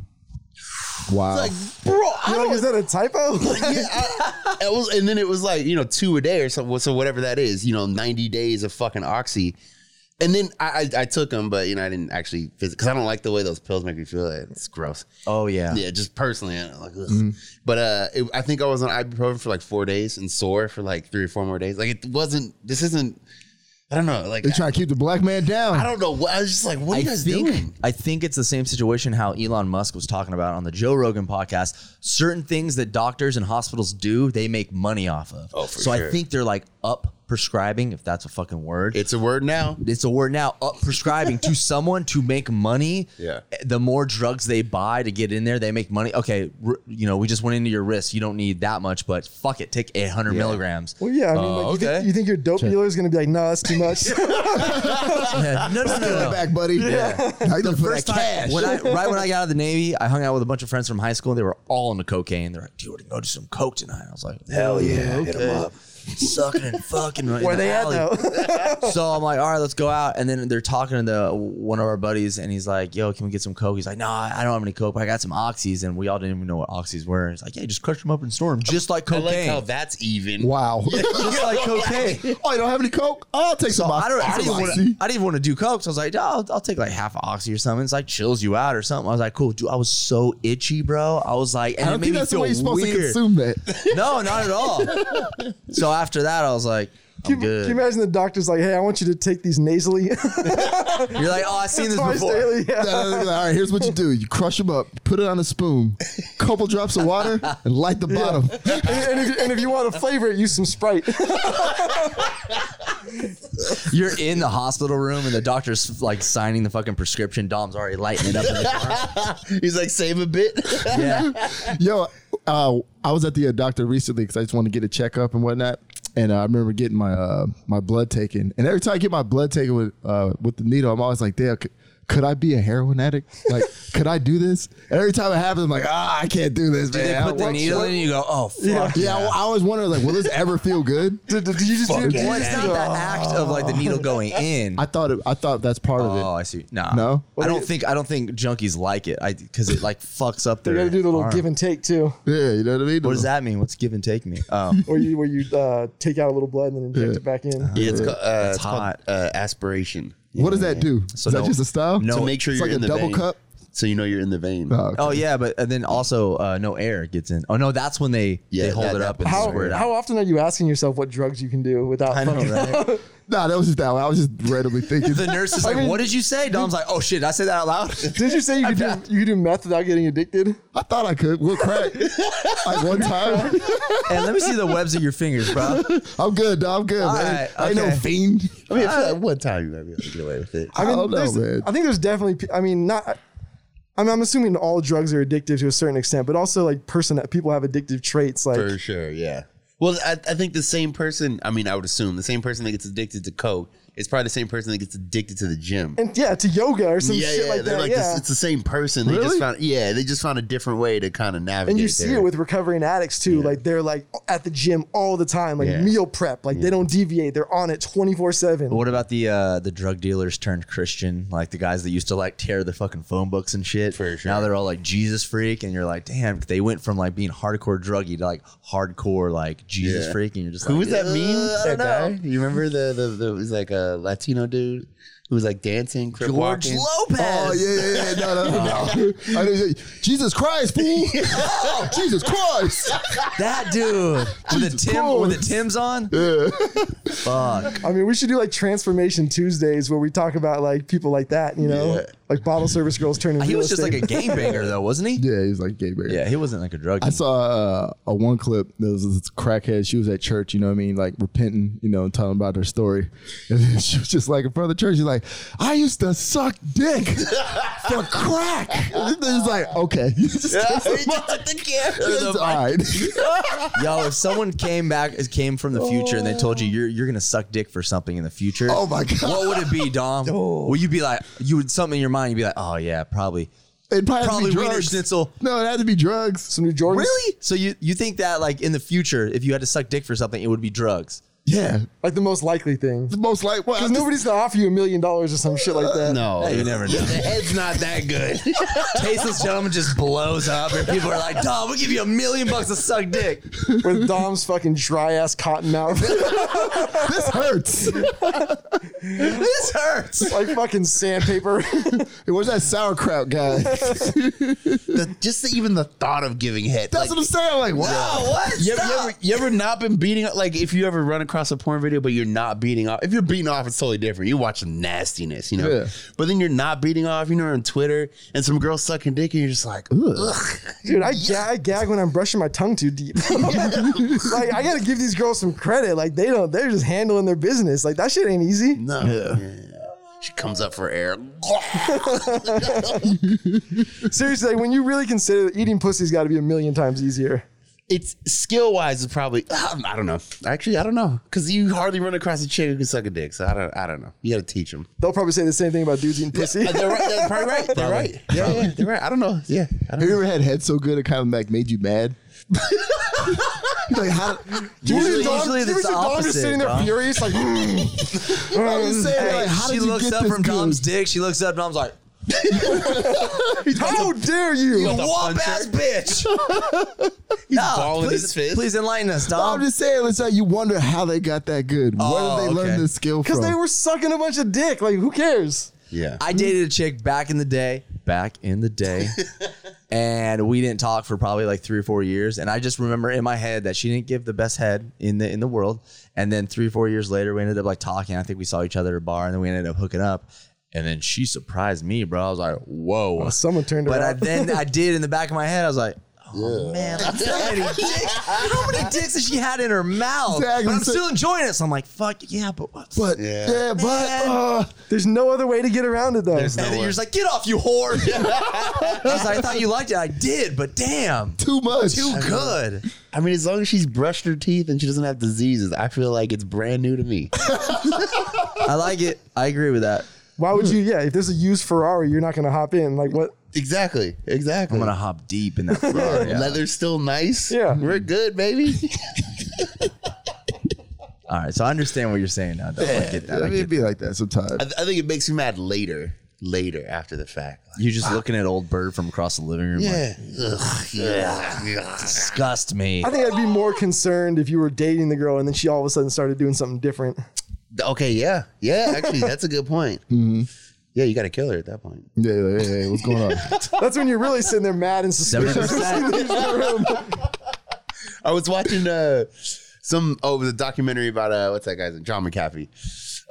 wow. Like, bro, I you're like, don't. is that a typo? yeah, I- it was, and then it was like you know two a day or something. So whatever that is, you know, ninety days of fucking oxy. And then I, I, I took them, but you know I didn't actually because I don't like the way those pills make me feel. It's gross. Oh yeah. Yeah, just personally, I don't like, ugh. Mm-hmm. but uh, it, I think I was on ibuprofen for like four days and sore for like three or four more days. Like it wasn't. This isn't. I don't know. Like they I, try to keep the black man down. I don't know. What I was just like, what are you I guys think doing? I think it's the same situation how Elon Musk was talking about on the Joe Rogan podcast. Certain things that doctors and hospitals do, they make money off of. Oh, for so sure. I think they're like up prescribing, if that's a fucking word. It's a word now. it's a word now up prescribing to someone to make money Yeah. the more drugs they buy to get in there they make money okay r- you know we just went into your wrist you don't need that much but fuck it take 800 milligrams well, yeah. I mean, Oh, like, you, think- okay. you think your dope dealer is going to be like, no, that's too much. no no no, Get no. it back, buddy. Yeah. How you doing for that First time, cash? when I, right when I got out of the Navy, I hung out with a bunch of friends from high school. and They were all into cocaine. They're like, "Dude, we're gonna go do some coke tonight." I was like, "Hell yeah, Oh, hit 'em up, sucking and fucking." Right Where in the they at alley." though? so I'm like, all right, let's go out. And then they're talking to the one of our buddies, and he's like, yo, can we get some coke? He's like, nah, I don't have any coke, but I got some oxys, and we all didn't even know what oxys were. And he's like, yeah, just crush them up and store them, just like I like cocaine, how that's even. wow. just like cocaine. oh, you don't have any coke? I'll take So some. I don't. I didn't, some want Oxy. to, I didn't even want to do coke. So I was like, no, I'll, I'll take like half an oxy or something. It's like chills you out or something. I was like, cool, dude. I was so itchy, bro. I was like, and I it don't made think me that's the feel way you're supposed weird. to consume that. No, not at all. so after that, I was like, I'm Can you, good. can you imagine the doctor's like, hey, I want you to take these nasally You're like, oh, I've seen this twice before. daily. Yeah. All right, here's what you do: you crush them up, put it on a spoon, couple drops of water, and light the bottom. and, and if, and if you want to flavor it, use some Sprite. You're in the hospital room and the doctor's like signing the fucking prescription. Dom's already lighting it up. In the car. He's like, save a bit. Yeah. Yo, uh, I was at the uh, doctor recently because I just wanted to get a checkup and whatnot. And uh, I remember getting my uh, my blood taken. And every time I get my blood taken with uh, with the needle, I'm always like, damn, could, could I be a heroin addict? Like, could I do this? And every time it happens, I'm like, ah, I can't do this, They man. put the What- needle in and you go, oh, fuck. Yeah, Yeah. I, I always wonder, like, will this ever feel good? Did, did you just do Well, it's not the act of like the needle going in. I thought it, I thought that's part of Oh, it. I see. No, No? I don't think I don't think junkies like it. I because it like fucks up You their. got to do the little arm. give and take too, Yeah, you know what I mean. What does that mean? What's give and take mean? Oh, where you where you uh, take out a little blood and then inject it back in. Yeah, it's, called, uh, it's hot. called uh, aspiration. What does that do? So Is no- that just a style? no- To make sure It's you're like in a the double vein. cup? so you know you're in the vein. Oh, okay. oh yeah, but and then also uh, no air gets in. Oh no, that's when they Yeah, they hold that- it that up and How squirt it out. how often are you asking yourself what drugs you can do without? I know, fucking- right? Nah, that was just that. One. I was just randomly thinking. the nurse is like, "What did you say?" Dom's like, "Oh shit, did I say that out loud." Did you say you could do you could do meth without getting addicted? I thought I could. We'll crack. like one time. and let me see the webs of your fingers, bro. I'm good, dog. I'm good, All man. right, I ain't no okay. fiend. I mean, I feel like one time you might be able to get away with it. I, don't know, there's- man. I think there's definitely. pe- I mean, not. I mean, I'm assuming all drugs are addictive to a certain extent, but also like person people have addictive traits. Like For sure, yeah. Well, I, I think the same person, I mean, I would assume the same person that gets addicted to Coke is probably the same person that gets addicted to the gym. and yeah, to yoga or some yeah, shit yeah, like they're that. like yeah, this, it's the same person. They just Really? found, yeah, they just found a different way to kind of navigate. and you see their- it with recovering addicts too. Like they're like at the gym all the time, like Yeah. meal prep. Like they don't deviate. They're on it 24 seven. What about the uh, the drug dealers turned Christian, like the guys that used to like tear the fucking phone books and shit? For sure. Now they're all like Jesus freak, and you're like, damn, they went from like being hardcore druggie to like hardcore like Jesus Yeah. freak, and you're just who like, was that meme? "Uh, I don't That know." guy? You remember the the, the it was like a Latino dude. Who who was like dancing, crip George walking. Lopez. Oh yeah, yeah, yeah. No, no, no. I didn't say, Jesus Christ, fool! oh, Jesus Christ! That dude with the Tim with the Tim's on. Fuck. I mean, we should do like transformation Tuesdays where we talk about like people like that, you know, Yeah. like bottle service girls turning. He real was just like estate. a game banger though, wasn't he? Yeah, he's like gay bear. Yeah, he wasn't like a drug. I saw uh, a one clip. There was this crackhead. She was at church, you know what I mean? Like repenting, you know, and telling about her story. And then she was just like in front of the church. She's like, I used to suck dick for crack. And then it's like, okay. Just Yeah, kiss him. he just took Oh, the camera. It's all right. Yo, if someone came back, came from the future, and they told you you're you're gonna suck dick for something in the future. Oh my God. What would it be, Dom? Oh. Would you be like you would something in your mind? You'd be like, oh yeah, probably It'd probably, probably have to be Wiener drugs. Schnitzel. No, it had to be drugs. some New Jordans. Really? So you you think that like in the future, if you had to suck dick for something, it would be drugs? Yeah. Like the most likely thing. The most like, well, Because nobody's gonna offer you a million dollars or some shit like that. No, Hey, Oh, you never know. The head's not that good. Tasteless gentleman just blows up, and people are like, Dom, we'll give you a million bucks to suck dick. With Dom's fucking dry ass cotton mouth. this hurts. This hurts. like fucking sandpaper. Where's that sauerkraut guy? That's The- just the- even the thought of giving head. like, what I'm saying. I'm like, wow. Oh, what? You ever, you, Stop. ever, you ever not been beating up? Like, if you ever run across a porn video, but you're not beating off. If you're beating off, it's totally different. You watch some nastiness, you know. Yeah. But then you're not beating off. You know, on Twitter, and some girl sucking dick, and you're just like, ugh. Dude, I, ga- I gag when I'm brushing my tongue too deep. like, I gotta give these girls some credit. Like, they don't, they're just handling their business. Like, that shit ain't easy. No. She comes up for air. Seriously, like, when you really consider that eating pussy's gotta be a million times easier. it's skill wise is probably um, I don't know. Actually, I don't know because you hardly run across a chick who can suck a dick. So I don't. I don't know. You got to teach them. They'll probably say the same thing about dudes eating pussy. they're right. They're probably right. They're right. Yeah, yeah, they're right. I don't know. Yeah. I Have don't you ever had head so good it kind of like made you mad? like, how? Usually, Your dog- usually your it's the dog is opposite. sitting there Dom. furious, like, I'm just saying, Hey, like, how she did you looks get up this from good? Dom's dick. She looks up. Dom's like, how dare you? you wop ass bitch. He's balling please, his fist. Please enlighten us, I'm Dom. just saying, it's like you wonder how they got that good. Oh, Where did they okay. learn this skill from? Because they were sucking a bunch of dick. Like, who cares? yeah. I dated a chick back in the day, back in the day, and we didn't talk for probably like three or four years. And I just remember in my head that she didn't give the best head in the in the world. And then three or four years later, we ended up like talking. I think we saw each other at a bar, and then we ended up hooking up. And then she surprised me, bro. I was like, "Whoa!" someone turned but I, around. then I did in the back of my head. I was like. Oh man, like, so many dicks. How many dicks that she had in her mouth? Exactly. But I'm So- still enjoying it. So I'm like, fuck yeah, but what? but Yeah. yeah, but uh, There's no other way to get around it, though. And then you're just like, get off, you whore. I was like, I thought you liked it. I did, but damn. too much. Too good. I mean, as long as she's brushed her teeth and she doesn't have diseases, I feel like it's brand new to me. I like it. I agree with that. Why would you? Yeah, if there's a used Ferrari, you're not gonna hop in. Like, what? exactly. Exactly. I'm gonna hop deep in that Ferrari. Leather's still nice. Yeah. We're good, baby. All right, so I understand what you're saying now. Though. I get that. I I mean, get it'd be like that sometimes. I, th- I think it makes me mad later. Later, after the fact. Like, you just looking at old bird from across the living room. like, Ugh, yeah. yeah. disgust me. I think I'd be more concerned if you were dating the girl and then she all of a sudden started doing something different. Okay, yeah. Yeah, actually, that's a good point. Mm-hmm. Yeah, you got to kill her at that point. yeah, yeah, yeah, yeah, what's going on? That's when you're really sitting there mad and Seventy suspicious. percent. I was watching uh, some, oh, it was a documentary about, uh, what's that guy's name? John McAfee.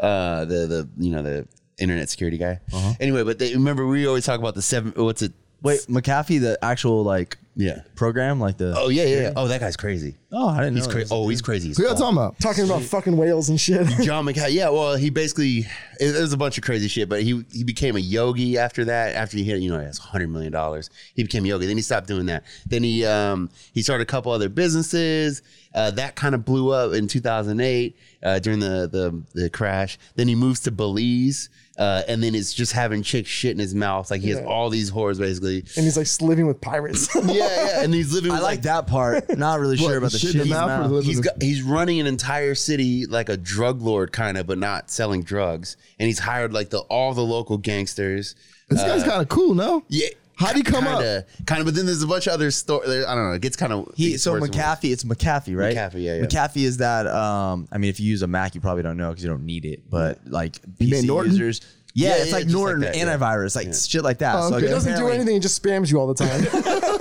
Uh, the, the, you know, the internet security guy. Anyway, but they remember we always talk about the seven, what's it? Wait, McAfee, the actual like Yeah. program, like the. Oh, yeah, yeah. yeah. Oh, that guy's crazy. Oh, I didn't He's know. crazy. that. Oh, he's crazy. as Who y'all fuck. talking about? Talking about fucking whales and shit. John McCain. Yeah, well, he basically it, it was a bunch of crazy shit, but he he became a yogi after that. After he hit, you know, he has hundred million dollars. He became a yogi. Then he stopped doing that. Then he um he started a couple other businesses. Uh, that kind of blew up in 2008 uh, during the, the the crash. Then he moves to Belize, uh, and then it's just having chicks shit in his mouth. Like he has Yeah. all these whores basically. and he's like living with pirates. yeah, yeah. And he's living. I with, like that part. Not really What, sure about the shit shit. in in his mouth or mouth. the lip? he's got, he's running an entire city like a drug lord kind of, but not selling drugs. And he's hired like the all the local gangsters. This guy's kind of cool, no? Yeah, How'd he come up? kinda, Kind of, but then there's a bunch of other stories. I don't know. It gets kind of He so McAfee, it's McAfee, right? McAfee, yeah, yeah. McAfee is that. Um, I mean, if you use a Mac, you probably don't know because you don't need it. But like mean PC Norton? users, Yeah, Yeah, it's yeah, like just like Norton that, yeah. antivirus, like shit like that. Oh, So okay. It doesn't do apparently- anything. It just spams you all the time.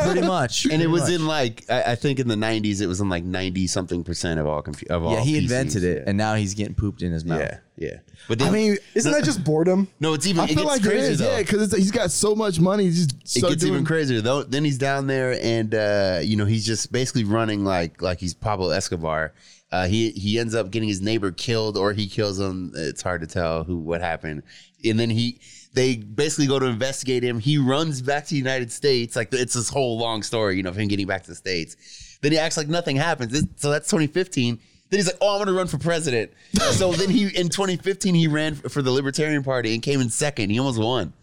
Pretty much. And it pretty was much. in like I, I think in the '90s, it was in like 90 something percent of all compu- of all. Yeah, he PCs, invented it, yeah. and now he's getting pooped in his mouth. yeah, yeah. But I then- mean, Isn't that just boredom? no, it's even. I it feel gets like it crazy is, though. yeah, because he's got so much money. He's just it so gets doing, even crazier though. Then he's down there, and uh, you know he's just basically running like like he's Pablo Escobar. Uh, he he ends up getting his neighbor killed, or he kills him. It's hard to tell who what happened. And then he they basically go to investigate him. He runs back to the United States. Like it's this whole long story, you know, of him getting back to the states. Then he acts like nothing happens. This- So that's 2015. Then he's like, "Oh, I'm going to run for president." so then he in 2015 he ran for the Libertarian Party and came in second. He almost won.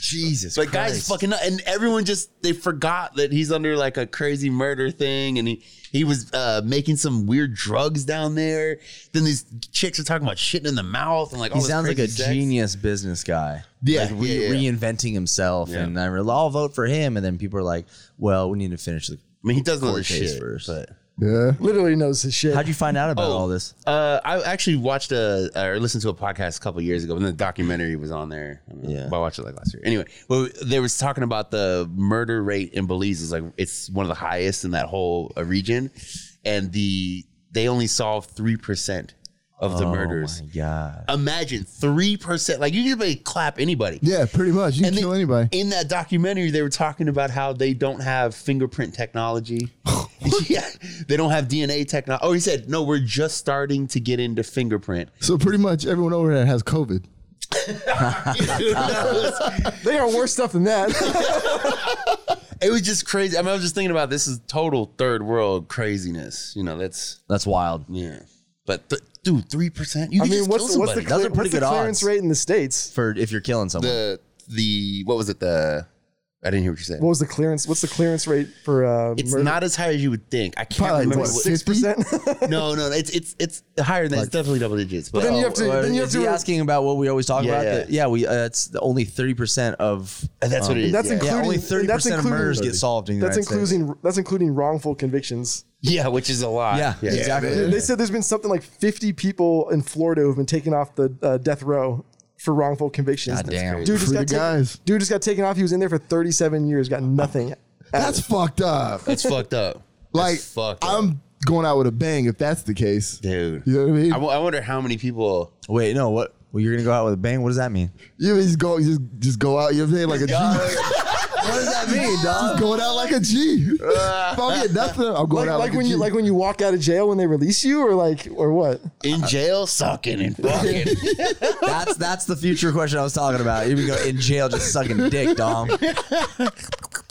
Jesus. But guys, fucking, nut- and everyone just they forgot that he's under like a crazy murder thing, and he he was uh, making some weird drugs down there. Then these chicks are talking about shitting in the mouth and like all He this sounds like crazy a sex. genius business guy. Yeah, like re- yeah, yeah. reinventing himself, Yeah. and I re- I'll vote for him. And then people are like, "Well, we need to finish the." I mean, he does all court this case shit. first. But Yeah. Literally knows his shit. How'd you find out about all this? uh, I actually watched a or listened to a podcast a couple years ago, and the documentary was on there. I don't know, Yeah. but I watched it like last year. Anyway, well, they was talking about the murder rate in Belize is like it's one of the highest in that whole uh, region, and the they only solve three percent of the murders. Oh my god! imagine three percent. Like you can really clap anybody. Yeah, pretty much. You can And kill they- anybody. In that documentary, they were talking about how they don't have fingerprint technology. yeah, they don't have DNA technology. Oh, he said no. We're just starting to get into fingerprint. So pretty much everyone over there has COVID. Uh, they are worse stuff than that. it was just crazy. I mean, I was just thinking about this is total third world craziness. You know, that's That's wild. yeah. But th- dude, three percent. You I can mean, just what's kill the, what's the, somebody. Those clear- are pretty what's the good clearance odds. rate in the states? For if you're killing someone, the the what was it the I didn't hear what you said. What was the clearance? What's the clearance rate for uh, it's murder? not as high as you would think. I can't Probably like, remember what, what- 50? no, no, it's it's it's higher than that. it's definitely double digits. But, then you oh, have to- then you have is to- he asking about what we always talk Yeah, about? yeah. That- Yeah, we. Uh, it's the only thirty percent of. that's what it is. That's yeah. Yeah, only Including- thirty that's percent of including- murders get solved in the That's United States. including that's including wrongful convictions. yeah, which is a lot. Yeah, exactly. man. They said there's been something like 50 people in Florida who've been taken off the uh, death row for wrongful convictions. God damn. Dude just, Free got the taken- guys. dude just got taken off. He was in there for 37 years, got nothing. That's fucked up. That's fucked up. Like that's fucked up. I'm going out with a bang if that's the case. dude. You know what I mean? I, w- I wonder how many people. Wait, no. What? Well, you're gonna go out with a bang. What does that mean? You just go you just just go out, you know what I'm saying? Like a G. What does that mean, Just going out like a G. if I don't get nothing, I'm going Like, out like like, a when G. you like when you walk out of jail when they release you, or like or what? In jail, sucking and fucking. That's that's the future question I was talking about. You go in jail just sucking dick, Dom.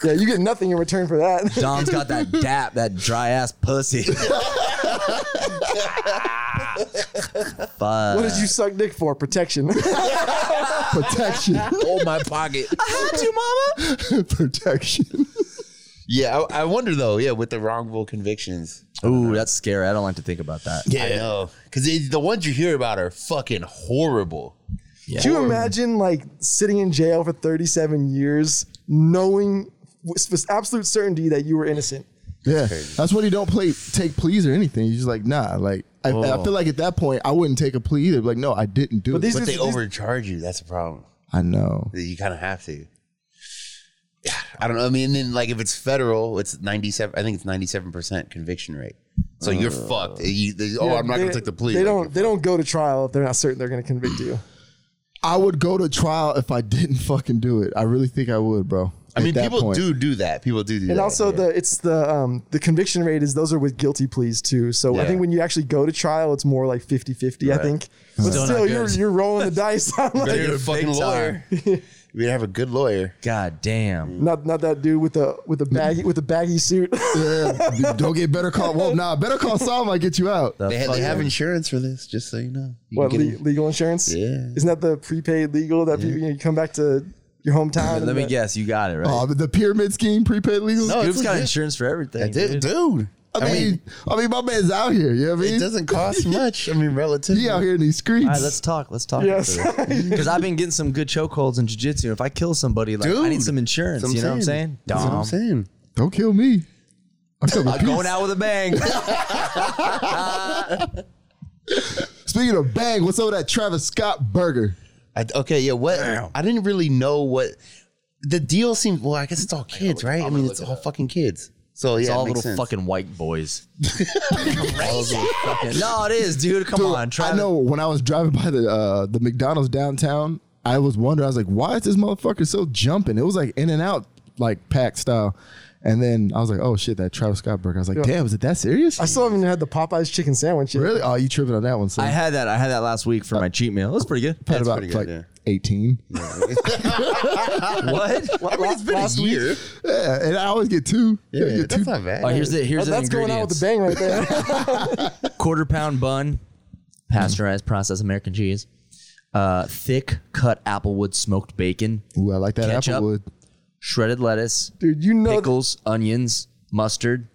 Yeah, you get nothing in return for that. Dom's got that dap, that dry ass pussy. what Fuck. did you suck dick for? Protection. protection. Hold my pocket. protection. Yeah, I, I wonder though. Yeah, with the wrongful convictions. Ooh, that's scary. I don't like to think about that. Yeah, I know. Because the ones you hear about are fucking horrible. Can you imagine like sitting in jail for 37 years, knowing with, with absolute certainty that you were innocent? Yeah. That's when you don't play take pleas or anything. You're just like, nah, like I, I feel like at that point I wouldn't take a plea either. Like, no, I didn't do But it. these But dudes, they these- overcharge you. That's a problem. I know. You kind of have to. Yeah, I don't know. I mean, and then like if it's federal, it's ninety-seven. I think it's ninety-seven percent conviction rate. So you're fucked. You- Uh. they- oh, yeah, I'm not they- gonna take the plea. They Like, don't. They don't go to trial if they're not certain they're going to convict you. I would go to trial if I didn't fucking do it. I really think I would, bro. I At mean, that people point. do do that. People do do that. And also the it's the um the conviction rate is those are with guilty pleas too. So I Yeah. think when you actually go to trial, it's more like 50-50, I think. But Still not still, you're good. you're rolling the dice. on Better like, get a Big fucking time. lawyer. you better have a good lawyer. God damn. not not that dude with the with the baggy with the baggy suit. Yeah, don't get better call. Well, nah, better call Saul might get you out. The They, ha- fuck- they have insurance for this, just so you know. You what can get le- legal insurance? Yeah. Isn't that the prepaid legal that people, you come back to your hometown? Let and uh, me the- guess. You got it right. Uh, the pyramid scheme, prepaid legal. No, Goof's it's got legit. insurance for everything. it. dude. Dude, dude. I mean, I mean, my man's out here. You know what I it mean? doesn't cost much. I mean, relatively. He out here in these streets. All right, let's talk. Let's talk. Yes. Because I've been getting some good chokeholds in jujitsu. If I kill somebody, like I need Dude. some insurance. That's You know what I'm saying? That's what I'm Dom. saying. don't kill me. I'm coming I'm going out with a bang. Speaking of bang, what's up with that Travis Scott burger? I, okay, yeah. What? I didn't really know what the deal seemed. Well, I guess it's all kids, right? I mean, it's all fucking kids. So yeah, It's all it makes little sense. fucking white boys. All those little fucking- no, it is, dude. Come Dude, on, try. I know when I was driving by the uh, the McDonald's downtown, I was wondering. I was like, why is this motherfucker so jumping? It was like in and out, like pack style. And then I was like, oh shit, that Travis Scott burger. I was like, damn, is it that serious? I still haven't had the Popeyes chicken sandwich yet. really? Oh, you tripping on that one? So I had that. I had that last week for my cheat meal. It was pretty good. had about pretty good, like yeah. eighteen. what? I mean, it's been a year. Yeah, and I always get two. Yeah, I get two. that's not bad. Oh, here's the here's the That's going out with ingredients. a bang right there. Quarter pound bun, pasteurized processed American cheese, uh, thick cut applewood smoked bacon, Ooh, I like that Ketchup. applewood. shredded lettuce, Dude, you know pickles, onions, mustard.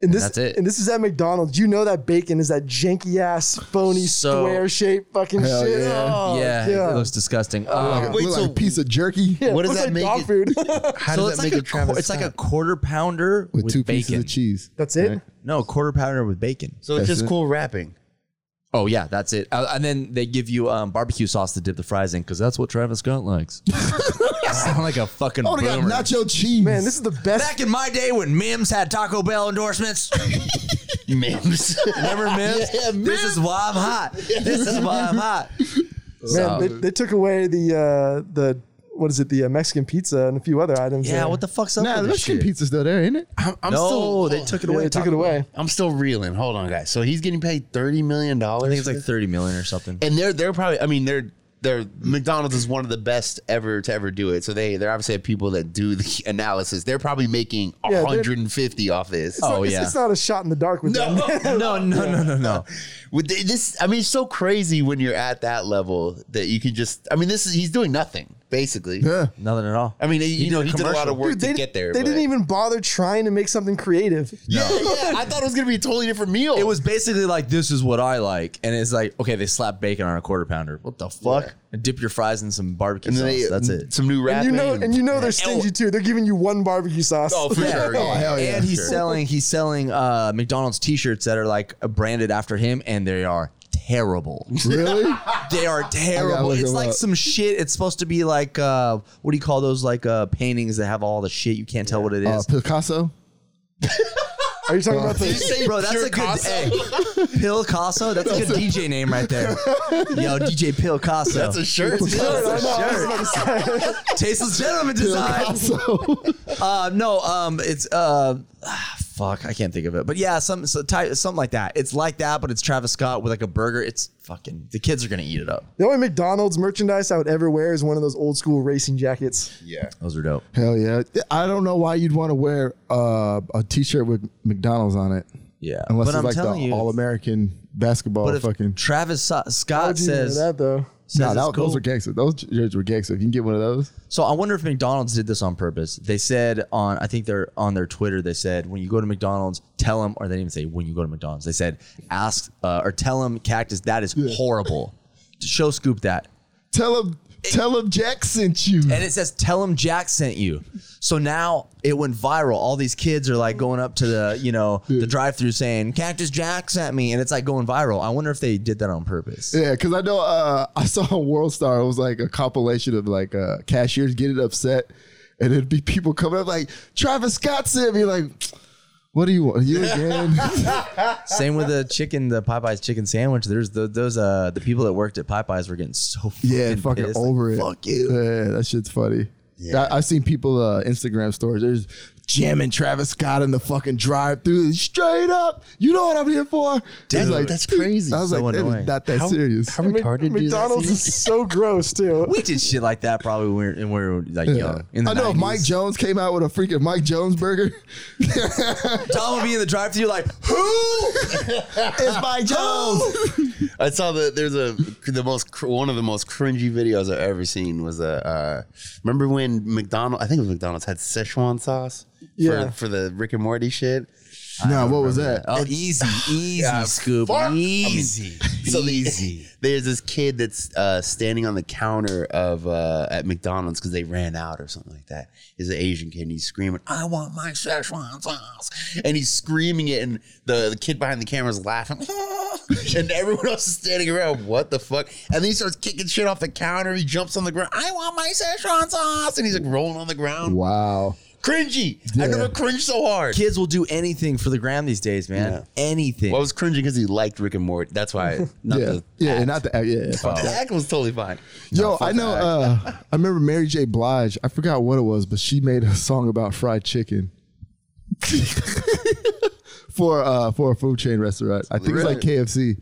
and this that's it. and this is at McDonald's. You know that bacon is that janky ass phony So- square shaped fucking Hell shit. yeah. Oh, yeah, yeah. Oh, it looks disgusting. Um, Look Wait, like so- a piece of jerky What does Looks that like make dog it- food. How so does it's like that make a it Travis? qu- it's like a Scott? quarter pounder with, with, two bacon. pieces of cheese. That's it. Right? No, quarter pounder with bacon. so it's That's just it. cool rapping. Oh yeah, that's it. Uh, and then they give you um, barbecue sauce to dip the fries in because that's what Travis Scott likes. I sound like a fucking Oh, they got boomer. nacho cheese. Man, this is the best. Back in my day when Mims had Taco Bell endorsements, Mims. remember Mims? Yeah, This is why I'm hot. This is why I'm hot. man, they, they took away the uh, the what is it? The uh, Mexican pizza and a few other items. Yeah, there. what the fuck's up nah, the with this Mexican shit? pizza's still there, ain't it? I'm, I'm no, still, they took it Yeah, away. they took Taco it Bell. away. I'm still reeling. Hold on, guys. So he's getting paid thirty million I dollars. think it's like thirty million or something. and they're they're probably. I mean, they're they're McDonald's is one of the best ever to ever do it. So they they're obviously have people that do the analysis. They're probably making Yeah, they're- 150 off this. Oh, It's not- it's, yeah. it's not a shot in the dark with No. them. No, no, no, no, no. With the- this, I mean, it's so crazy when you're at that level that you can just. I mean, this is he's doing nothing basically. Yeah. Nothing at all. I mean, you know, he did a lot of work Dude, they, to get there. they but- didn't even bother trying to make something creative. Yeah, yeah. I thought it was gonna be a totally different meal. It was basically like this is what I like, and it's like okay, they slap bacon on a quarter pounder. What the fuck? And dip your fries in some barbecue And sauce. then they- That's it. Some new And rapping. you know, and you know they're Oh. stingy too. They're giving you one barbecue sauce. Oh, for sure. Oh, hell yeah. and he's Sure. selling he's selling uh, McDonald's T-shirts that are like branded after him, and they are terrible. Really? they are terrible. look It's them like up. some shit. It's supposed to be like uh, what do you call those like uh, paintings that have all the shit you can't tell what it uh, is. Picasso? Are you talking about the? say Bro, that's pure a good Casa? hey, Pill Casso. That's a good DJ name right there. Yo, DJ Pill Casso. That's a shirt. That's a shirt. Tasteless gentleman design. Picasso. Uh, no, um, it's uh, ah, fuck, I can't think of it. But yeah, some so ty- something like that. It's like that, but it's Travis Scott with like a burger. It's fucking the kids are gonna eat it up. The only McDonald's merchandise I would ever wear is one of those old school racing jackets. yeah. Those are dope. Hell yeah. I don't know why you'd want to wear uh, a t shirt with McDonald's on it. Yeah, Unless but it's I'm like the telling you, all American basketball but if fucking. Travis so- How Scott would you know says, that though? says Nah, it's that, cool. those were gangster. Those jerseys were gangster. If you can get one of those, So I wonder if McDonald's did this on purpose. They said on I think they're on their Twitter. They said when you go to McDonald's, tell them, or they didn't even say when you go to McDonald's. They said ask uh, or tell them Cactus that is horrible. Show scoop that, tell them, tell them Jack sent you. and it says tell them Jack sent you. So now it went viral. All these kids are like going up to the you know the drive-through saying Cactus Jack sent me, and it's like going viral. I wonder if they did that on purpose. Yeah, because I know uh, I saw a World Star. It was like a compilation of like uh, cashiers getting upset, and it'd be people coming up like Travis Scott sent me like, "What do you want? You again?" Same with the chicken, the Popeyes chicken sandwich. There's the, those uh the people that worked at Popeyes were getting so fucking yeah, fucking pissed. over it. Fuck you. Yeah, that shit's funny. Yeah. I, I've seen people uh, Instagram stories. There's jamming Travis Scott in the fucking drive-through straight up. You know what I'm here for? Dude, that's crazy. I was So like, that is annoying. not that serious. How retarded do you McDonald's is so gross too. We did shit like that probably when we were, when we were like young. In the I know if 90s. Mike Jones came out with a freaking Mike Jones burger. Tom would be in the drive-through like, who? it's Mike Jones. I saw that there's a the most cr- one of the most cringy videos I've ever seen was a uh, remember when McDonald I think it was McDonald's had Szechuan sauce Yeah. for, for the Rick and Morty shit. No, what was that? Oh, easy, easy, Scoop, Fuck. I mean, easy, so the- easy. There's this kid that's uh, standing on the counter of uh, at McDonald's because they ran out or something like that. He's an Asian kid and he's screaming, "I want my Szechuan sauce!" And he's screaming it, and the, the kid behind the camera's laughing. and everyone else is standing around. What the fuck? And then he starts kicking shit off the counter. He jumps on the ground. I want my Szechuan sauce, and he's like rolling on the ground. Wow. Cringy. I've never cringed so hard. Kids will do anything for the gram these days, man. Yeah. Anything. Well, I was cringing because he liked Rick and Morty. That's why. Not yeah. The yeah. act. and Not the act. Yeah. yeah. The act was totally fine. Yo, fuck I know. that. Uh, I remember Mary J. Blige. I forgot what it was, but she made a song about fried chicken for uh, for a food chain restaurant. I think it's like KFC.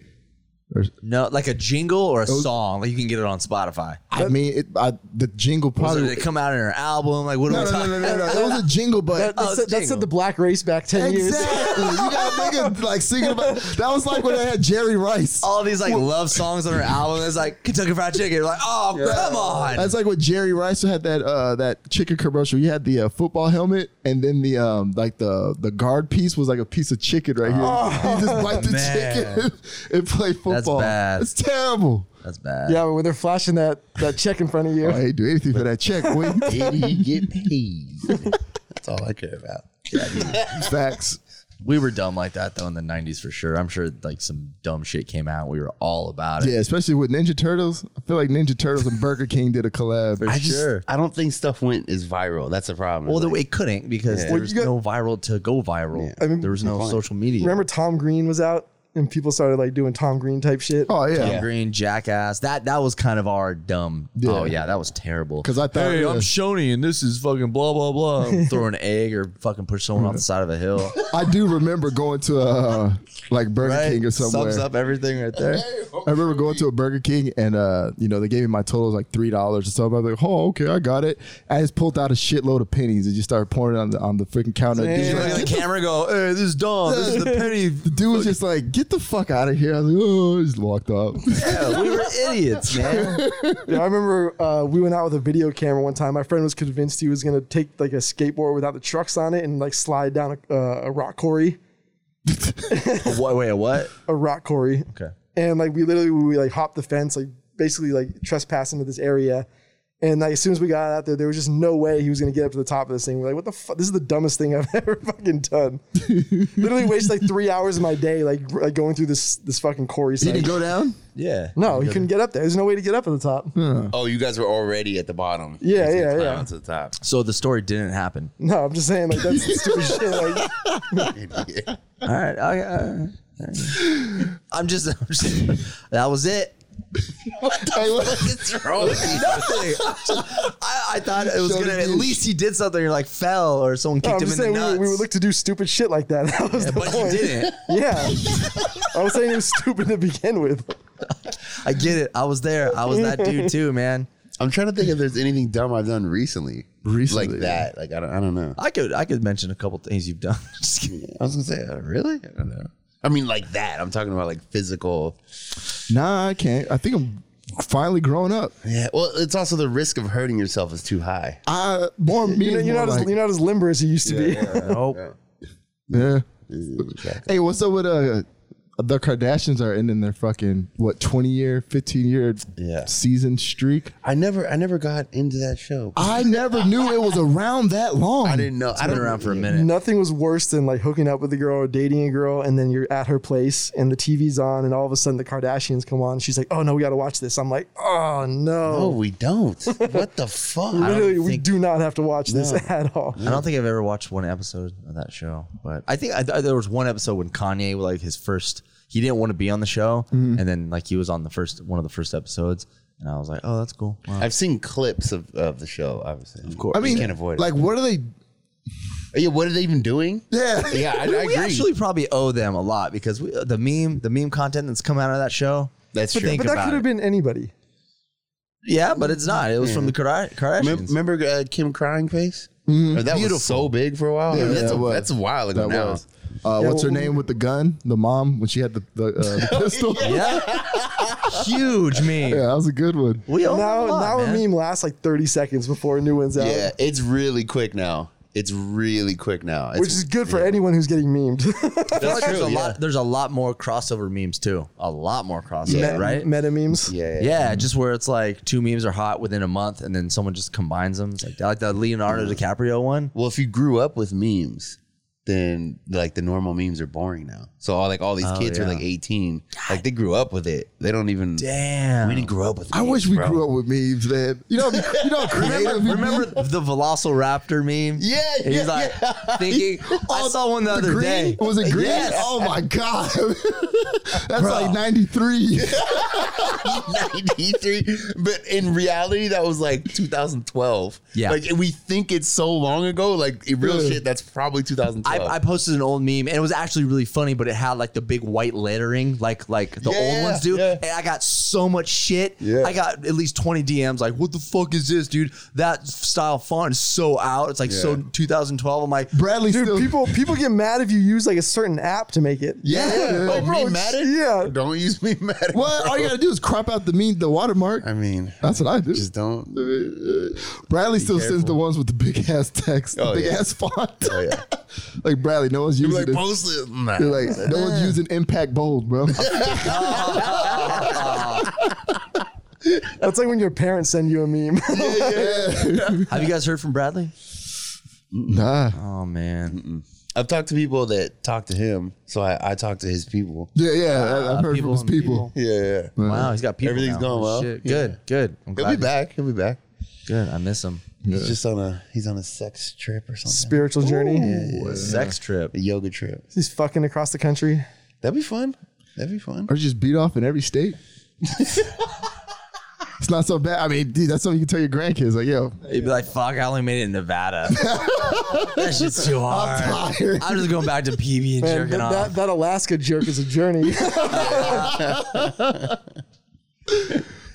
no, like a jingle or a song. Like you can get it on Spotify. I mean, it, I, the jingle So probably. did it come out in her album? Like what no, are no, we no, talking? no, no, no. It was a jingle, but That, that, Oh, set, that jingle. set the black race back ten years. exactly. you got niggas like singing about. That was like when they had Jerry Rice. All these like love songs on her album. It's like Kentucky Fried Chicken. Like oh come on. That's like what Jerry Rice had that uh, that chicken commercial. You had the uh, football helmet, and then the um, like the the guard piece was like a piece of chicken right here. you just bite the Oh, man. chicken and play football. bad. It's terrible. That's bad. Yeah, but when they're flashing that that check in front of Oh, you. I ain't do anything for that check. Boy. Did he get paid? That's all I care about. Facts. We were dumb like that though in the '90s for sure. I'm sure like some dumb shit came out. We were all about it. Yeah, especially with Ninja Turtles. I feel like Ninja Turtles and Burger King did a collab. For sure. I don't think stuff went as viral. That's the problem. Well, Like, the, it couldn't because Yeah. there Well, was you got- no viral to go viral. I mean, there was no fine. social media. Remember Tom Green was out and people started like doing Tom Green type shit. Oh yeah. Tom Green, Jackass. That that was kind of our dumb. Oh yeah, that was terrible. 'Cause I thought- uh, hey, yeah. I'm Shoney, and this is fucking blah blah blah. Throw an egg or fucking push someone off the side of a hill. I do remember going to uh, like Burger Right? King or somewhere. Sums up everything right there. I remember going to a Burger King and uh, you know, they gave me my total was like three dollars or something. I was like, oh, okay, I got it. I just pulled out a shitload of pennies and just started pouring it on the on the freaking counter. You Dude, look at the camera, and go, hey, this is dumb. This is the penny. the dude was just like, get the fuck out of here. I was like, oh, I just walked up. Yeah, we were idiots, man. Yeah, I remember uh, we went out with a video camera one time. My friend was convinced he was gonna take like a skateboard without the trucks on it and like slide down a, uh, a rock quarry, what? Wait, what? a rock quarry. Okay. And like we literally we like hopped the fence, like basically like trespass into this area. And like as soon as we got out there, there was just no way he was gonna get up to the top of this thing. We're like, what the fuck? This is the dumbest thing I've ever fucking done. literally wasted like three hours of my day, like r- like going through this this fucking quarry. Site. go down? Yeah. no, he couldn't get up there. There's no way to get up at the top. oh, you guys were already at the bottom. Yeah, You guys yeah, had yeah. climbed To the top. So the story didn't happen. No, I'm just saying like that's some stupid shit. Like All right. I, I, all right. I'm just. I'm just that was it. Hey, what- What's wrong with you? Nothing. I, I thought it was Showed gonna. him At you. least he did something. You're like fell or someone no, kicked I'm him in just the saying we, nuts. would- we would look to do stupid shit like that. That was the but point. he didn't. Yeah, I was saying it was stupid to begin with. I get it. I was there. I was that dude too, man. I'm trying to think if there's anything dumb I've done recently. Recently. Like that. Like, I don't, I don't know. I could I could mention a couple things you've done. Just kidding. I was going to say, uh, really? I don't know. I mean, like that. I'm talking about like physical. nah, I can't. I think I'm finally grown up. Yeah. Well, it's also the risk of hurting yourself is too high. I more me. You know, is you're more not as like- you're not as limber as you used to be. Nope. yeah. Okay. Hey, what's up with uh the Kardashians are ending their fucking what twenty year, fifteen year Yeah. season streak. I never, I never got into that show. I never knew it was around that long. I didn't know. I've Been around for a minute. Nothing was worse than like hooking up with a girl or dating a girl, and then you're at her place and the TV's on, and all of a sudden the Kardashians come on. She's like, "Oh no, we got to watch this." I'm like, "Oh Oh, no, we don't. what the fuck? literally, we do not have to watch this at all." I don't think I've ever watched one episode of that show, but I think I, I- there was one episode when Kanye like his first. He didn't want to be on the show, and then like he was on the first one of the first episodes, and I was like, oh, that's cool. Wow. I've seen clips of, of the show, obviously. Of course. I mean, you can't avoid like, it. what are they? Yeah, what are they even doing? Yeah, Yeah, I, I we, agree. we actually probably owe them a lot because we, the meme, the meme content that's come out of that show. That's But true. think But that about could have it. been anybody. Yeah, but it's not. It was from the Kar- Mem- Kardashians. remember uh, Kim crying face? Or that was so big for a while. I mean, that's, that a, was. that's a while that ago now. was. Uh, Yeah, what's her well, Oh, name with the gun? The mom when she had the the, uh, the pistol. yeah. yeah, huge meme. that was a good one. We owe Now, them a lot, now a man. meme lasts like 30 seconds before a new one's out. Yeah, it's really quick now. It's really quick now. It's, which is good for anyone who's getting memed. I feel like That's there's true, a yeah. lot. There's a lot more crossover memes too. A lot more crossover, Me- right? Meta memes. yeah, yeah. yeah, just where it's like two memes are hot within a month, and then someone just combines them. It's like, like the Leonardo DiCaprio one. Well, if you grew up with memes, then like the normal memes are boring now. So all like all these Oh, kids are yeah. like 18. Like they grew up with it. They don't even Damn. we didn't grow up with I memes, wish we bro. grew up with memes, man. You know, you know, how creative. we Remember the Velociraptor meme? Yeah, And yeah, he's like yeah. thinking. I Oh, saw one the, other green? day. Was it green? Yes. Oh my god, that's like '93. 93 but in reality that was like 2012 Yeah. like and we think it's so long ago like in real Yeah. shit that's probably I, 2012 I posted an old meme and it was actually really funny, but it had like the big white lettering, like like the Yeah, old ones do. yeah. And I got so much shit. Yeah. I got at least twenty DMs like, "What the fuck is this, dude? That style font is so out. It's like so 2012." I'm like, Bradley still. Dude, people people get mad if you use like a certain app to make it. yeah. yeah. man. Oh, bro, me mad at yeah. don't use me mad at Well, all you gotta do is crop out the meme, the watermark. i mean That's what I do. just don't Bradley still careful. sends the ones with the big ass text, the Oh, big yeah. ass font. oh yeah like Bradley, no one's You're using like it. post it Nah. You're like, no one's using impact bold, bro. That's like when your parents send you a meme. "Have you guys heard from Bradley?" nah. Oh man, i've talked to people that talk to him so i i talk to his people Yeah, yeah. I, I've heard people from his and people. yeah yeah wow, he's got people. Everything's now. going well. Shit. Good, good. I'm he'll glad be back he'll be back Good. I miss him. he's just on a he's on a sex trip or something Spiritual journey. Sex trip. a yoga trip He's fucking across the country. that'd be fun that'd be fun Or just beat off in every state. it's not so bad. I mean, dude, that's something you can tell your grandkids. Like, yo, He'd be like, "Fuck, I only made it in Nevada. that shit's too hard. I'm, tired. just going back to PB and Man, jerking that, off." that, that Alaska jerk is a journey.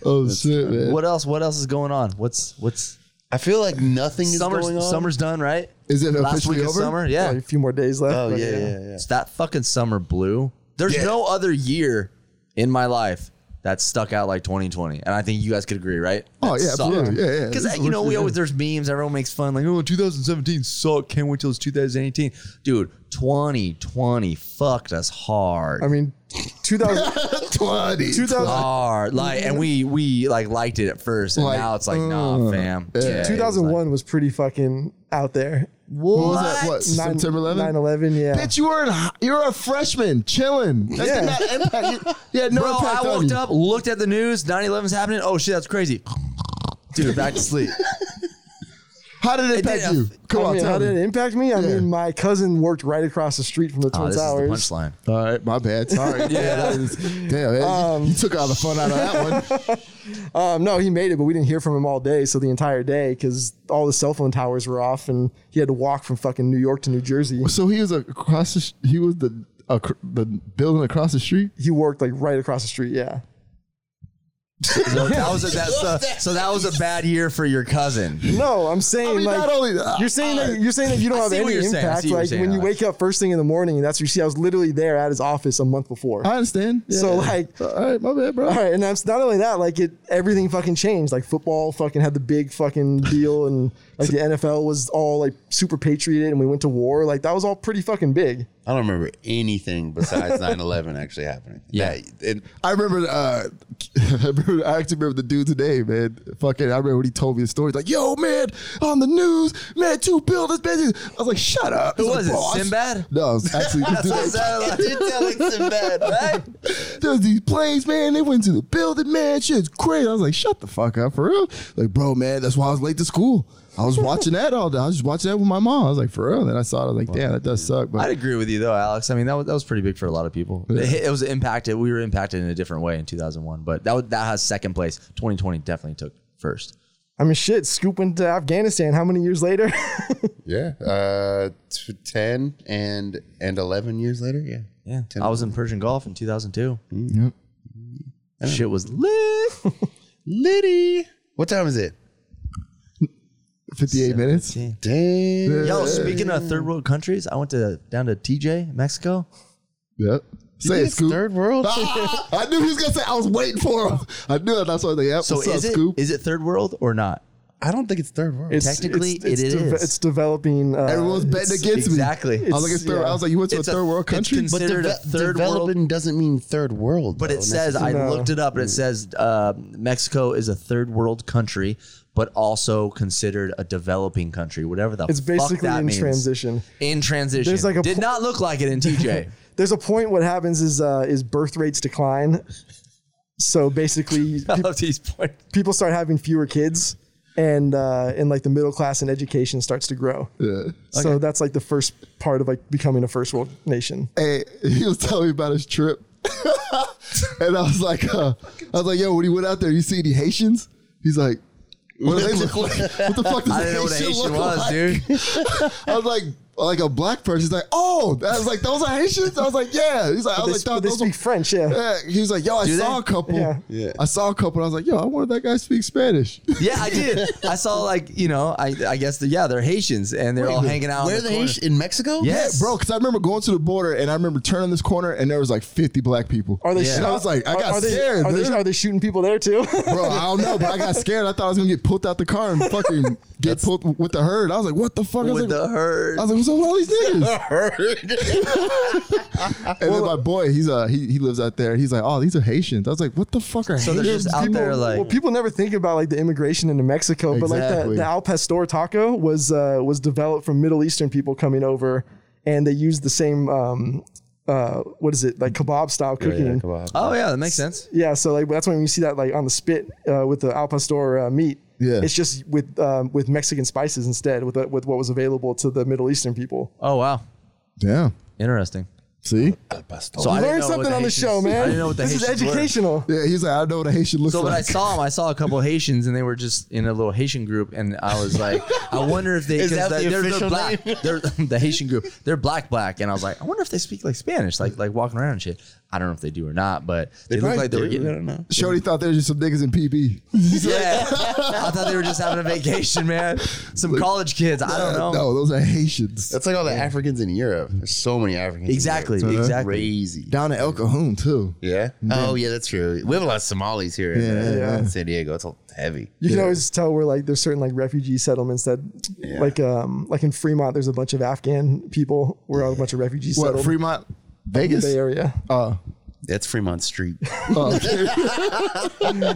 oh shit, man. What else? What else is going on? What's what's i feel like nothing is summer's going on summer's done, right? Is it Last week officially of over? summer, yeah. Probably a few more days left. oh but yeah yeah yeah It's that fucking summer blue. There's Yeah. no other year in my life that stuck out like 2020, and I think you guys could agree, right? Oh That yeah, sucked. absolutely. Yeah, yeah. Because This is you know, what we it always is. there's memes. Everyone makes fun, like, "Oh, 2017 sucked. Can't wait till it's 2018." Dude, 2020 fucked us hard. I mean, 2000, 20. 2000 hard. Like, and we we like liked it at first, and Like, uh, now it's like, nah, fam. Yeah, it was 2001 like, was, pretty fucking out there. What? What was that? What? September 11th? 9/11, yeah. Bitch, you were in, hi- you were a freshman chilling. That Yeah. did not impact you. You had no Bro, impact I on woke you. up, looked at the news, 9-11's happening. Oh shit, that's crazy. Dude, back to sleep. How did it did impact a- you? Come I on, mean, how tell did it me. impact me? I Yeah. mean, my cousin worked right across the street from the Oh, Twin this is Towers. the punchline. All right, my bad. Sorry. Yeah. Um, that is- damn, man, you, you took all the fun out of that one. Um, no, he made it, but we didn't hear from him all day. So the entire day, because all the cell phone towers were off, and he had to walk from fucking New York to New Jersey. So he was across. The, sh- he was the acr- the building across the street. He worked like right across the street. Yeah. So that was a, that's the, so that was a bad year for your cousin. No, I'm saying I mean, like not only you're saying that you're saying that you don't Uh, I have see what any you're saying. I impact. see what you're Like saying, when you Alex. wake up first thing in the morning, and that's what you see. I was literally there at his office a month before. I understand. Yeah. So, like- all right, my bad, bro. All right, and that's not only that. Like it, everything fucking changed. Like football, fucking had the big fucking deal, and like the NFL was all like super patriot, and we went to war. Like that was all pretty fucking big. I don't remember anything besides 9-11 actually happening. Yeah. That- it- I remember. Uh, I remember. I actually remember the dude today, man. Fucking, I remember when he told me the story. He's Like, yo, man, on the news, man, two buildings. Man. I was like, shut up. Who was it, Sinbad? No, it was actually the dude. that- I did tell like some bad, right? There's these planes, man. They went to the building, man. Shit's crazy. I was like, shut the fuck up, for real. Like, bro, man, that's why I was late to school. I was watching that all day. I was just watching that with my mom. I was like, for real. Then I saw it. I was like, damn, that does suck. But I'd agree with you though, Alex. I mean, that was that was pretty big for a lot of people. It, hit- it was impacted. We were impacted in a different way in 2001, but that was, that has second place. 2020 definitely took first. I mean, shit, Scoop went to Afghanistan. How many years later? yeah. Uh, t- 10 and and 11 years later, yeah. Yeah, I was in Persian Gulf in 2002. Mm. Shit was lit. Liddy. What time is it? 58 minutes. Damn. Yo, speaking of third world countries, I went to down to TJ, Mexico. Yep. Say it, It's Scoop. third world. Ah, I knew he was gonna say. I was waiting for him. I knew it. That's why they. Yep. So what's is up, it Scoop? is it third world or not? I don't think it's third world. It's, Technically, it's, it's it deve- is. It's developing. Uh, Everyone's betting it's- against exactly. me. I was like, it's It's- third, yeah. I was like, you went to It's a a- third world it's country. cons- considered a third world- developing doesn't mean third world. But though, it says I Oh, No. Hmm. looked it up, and it says uh, Mexico is a third world country, but also considered a developing country. Whatever the It's fuck basically that in means. transition. In transition, There's like a did po- not look like it in TJ. There's a point. What happens is uh, is birth rates decline. So basically, I love these points. people start having fewer kids, and uh, and like the middle class and education starts to grow. Yeah. So that's like the first part of like becoming a first world nation. Hey, he was telling me about his trip. and I was like, uh, I was like, yo, when he went out there, you see any Haitians? He's like, what do they look like? What the fuck does I a didn't know what a Haitian Haitian look was, like? dude. I was like, like a black person. He's like, oh, I was like, those are Haitians. I was like, yeah. He's Oh, like, I They, was sp- like, they those speak are. French. Yeah. Yeah. He was like, yo, I Do saw they? a couple. Yeah. Yeah. I saw a couple. And I was like, yo, I wonder if that guy speaks Spanish. Yeah, I did. I saw like you know, I I guess the, yeah, they're Haitians and they're all hanging out. where in the the corner. Haitian in Mexico? Yes, bro, because I remember going to the border and I remember turning this corner and there was like 50 black people. Are they? Yeah. shot- I was like, I are- got are they, scared, Are they, dude. are they shooting people there too? Bro, I don't know, but I got scared. I thought I was gonna get pulled out the car and fucking get pulled with the herd. I was like, what the fuck? I was, with like, the herd. I was like, what's up with all these niggas? and then my boy, he's uh he, he lives out there. He's like, oh, these are Haitians. I was like, what the fuck are So they're Haitians? just out there like well, people never think about like the immigration into Mexico, but like the, Exactly. the Al Pastor taco was uh, was developed from Middle Eastern people coming over, and they used the same um, uh, what is it like kebab style cooking. Yeah, Oh yeah, that makes sense. so like that's when you see that like on the spit uh, with the Al Pastor uh, meat. Yeah. it's just with um, with Mexican spices instead, with uh, with what was available to the Middle Eastern people. Oh wow, Damn. interesting. See? So I didn't Learn know what something on the Haitians- show, man. I didn't know what the this Haitians is were. educational. Yeah, he's like, I know what a Haitian looks So when I like. saw them, I saw a couple of Haitians, and they were just in a little Haitian group, and I was like, I wonder if they Is 'cause that the they're, they're official black, name? they're the Haitian group, they're black black, and I was like, I wonder if they speak like Spanish, like like walking around and shit. I don't know if they do or not, but they, look like they were I getting. don't know. Shorty thought there was just some niggas in PB. Yeah, I thought they were just having a vacation, man. Some college kids, I uh, don't know. No, those are Haitians. That's like all the Africans in Europe. There's so many Africans. in Exactly, Europe. It's exactly. Crazy. Down at El Cajon too. Yeah. Oh yeah, that's true. We have a lot of Somalis here in, uh, Yeah. in San Diego. It's all heavy. You can always tell where like there's certain like refugee settlements that like um like in Fremont there's a bunch of Afghan people where a bunch of refugees What, settled Fremont? in the Vegas? Bay Area. Uh, That's Fremont Street. uh,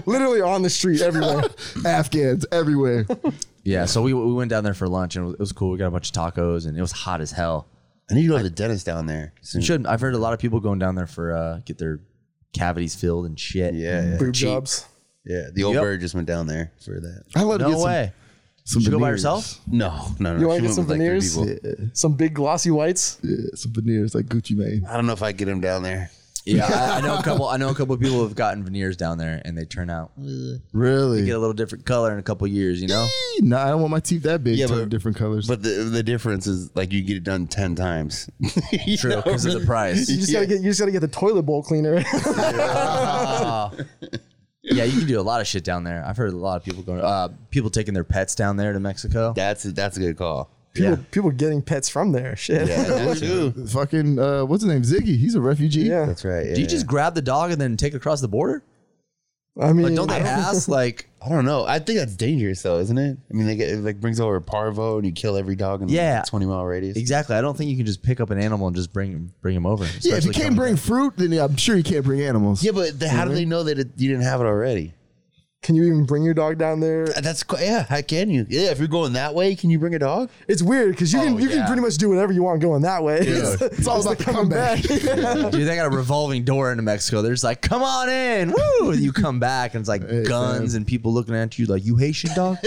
Literally on the street everywhere. Afghans everywhere. Yeah, so we we went down there for lunch, and it was, it was cool. We got a bunch of tacos, and it was hot as hell. I need to go to the dentist down there. Soon. You should. I've heard a lot of people going down there for uh, get their cavities filled and shit. Yeah, yeah. Boob jobs. yeah. The old Yep. bird just went down there for that. I love to No get some- way. some, Did you go by veneers. yourself? No, no, no. You wanna She get went some with, like, three veneers? people. Some big glossy whites. Yeah, some veneers like Gucci Mane. I don't know if I get him down there. Yeah, I, I know a couple. I know a couple of people have gotten veneers down there, and they turn out eh, Really? get a little different color in a couple of years. You know, Nah, I don't want my teeth that big. Yeah, Yeah, but- different colors. But the the difference is like you get it done ten times. You true know? because of the price. You just gotta get you just gotta get the toilet bowl cleaner. yeah, you can do a lot of shit down there. I've heard a lot of people going. Uh, people taking their pets down there to Mexico. That's a, that's a good call. people people getting pets from there. Shit. Yeah, that's true. Fucking uh, what's his name? Ziggy. He's a refugee. Yeah. That's right. Do you yeah. just grab the dog and then take it across the border? I mean Like, don't they ask like? I don't know. I think that's dangerous though, isn't it? I mean, they get, it like brings over parvo and you kill every dog in Yeah. like, a twenty mile radius. Exactly. I don't think you can just pick up an animal and just bring bring him over. Yeah, if you especially can't coming bring fruit, then yeah, I'm sure you can't bring animals. Yeah, but the, how do they know that it, you didn't have it already? can you even bring your dog down there? Uh, That's qu- yeah. How can you? Yeah, if you're going that way, can you bring a dog? It's weird because you can you Oh, yeah. can pretty much do whatever you want going that way. It's, It's all about the comeback. Dude, they got a revolving door into Mexico. They're just like, come on in. Woo! And you come back and it's like guns and people looking at you like, you Haitian dog?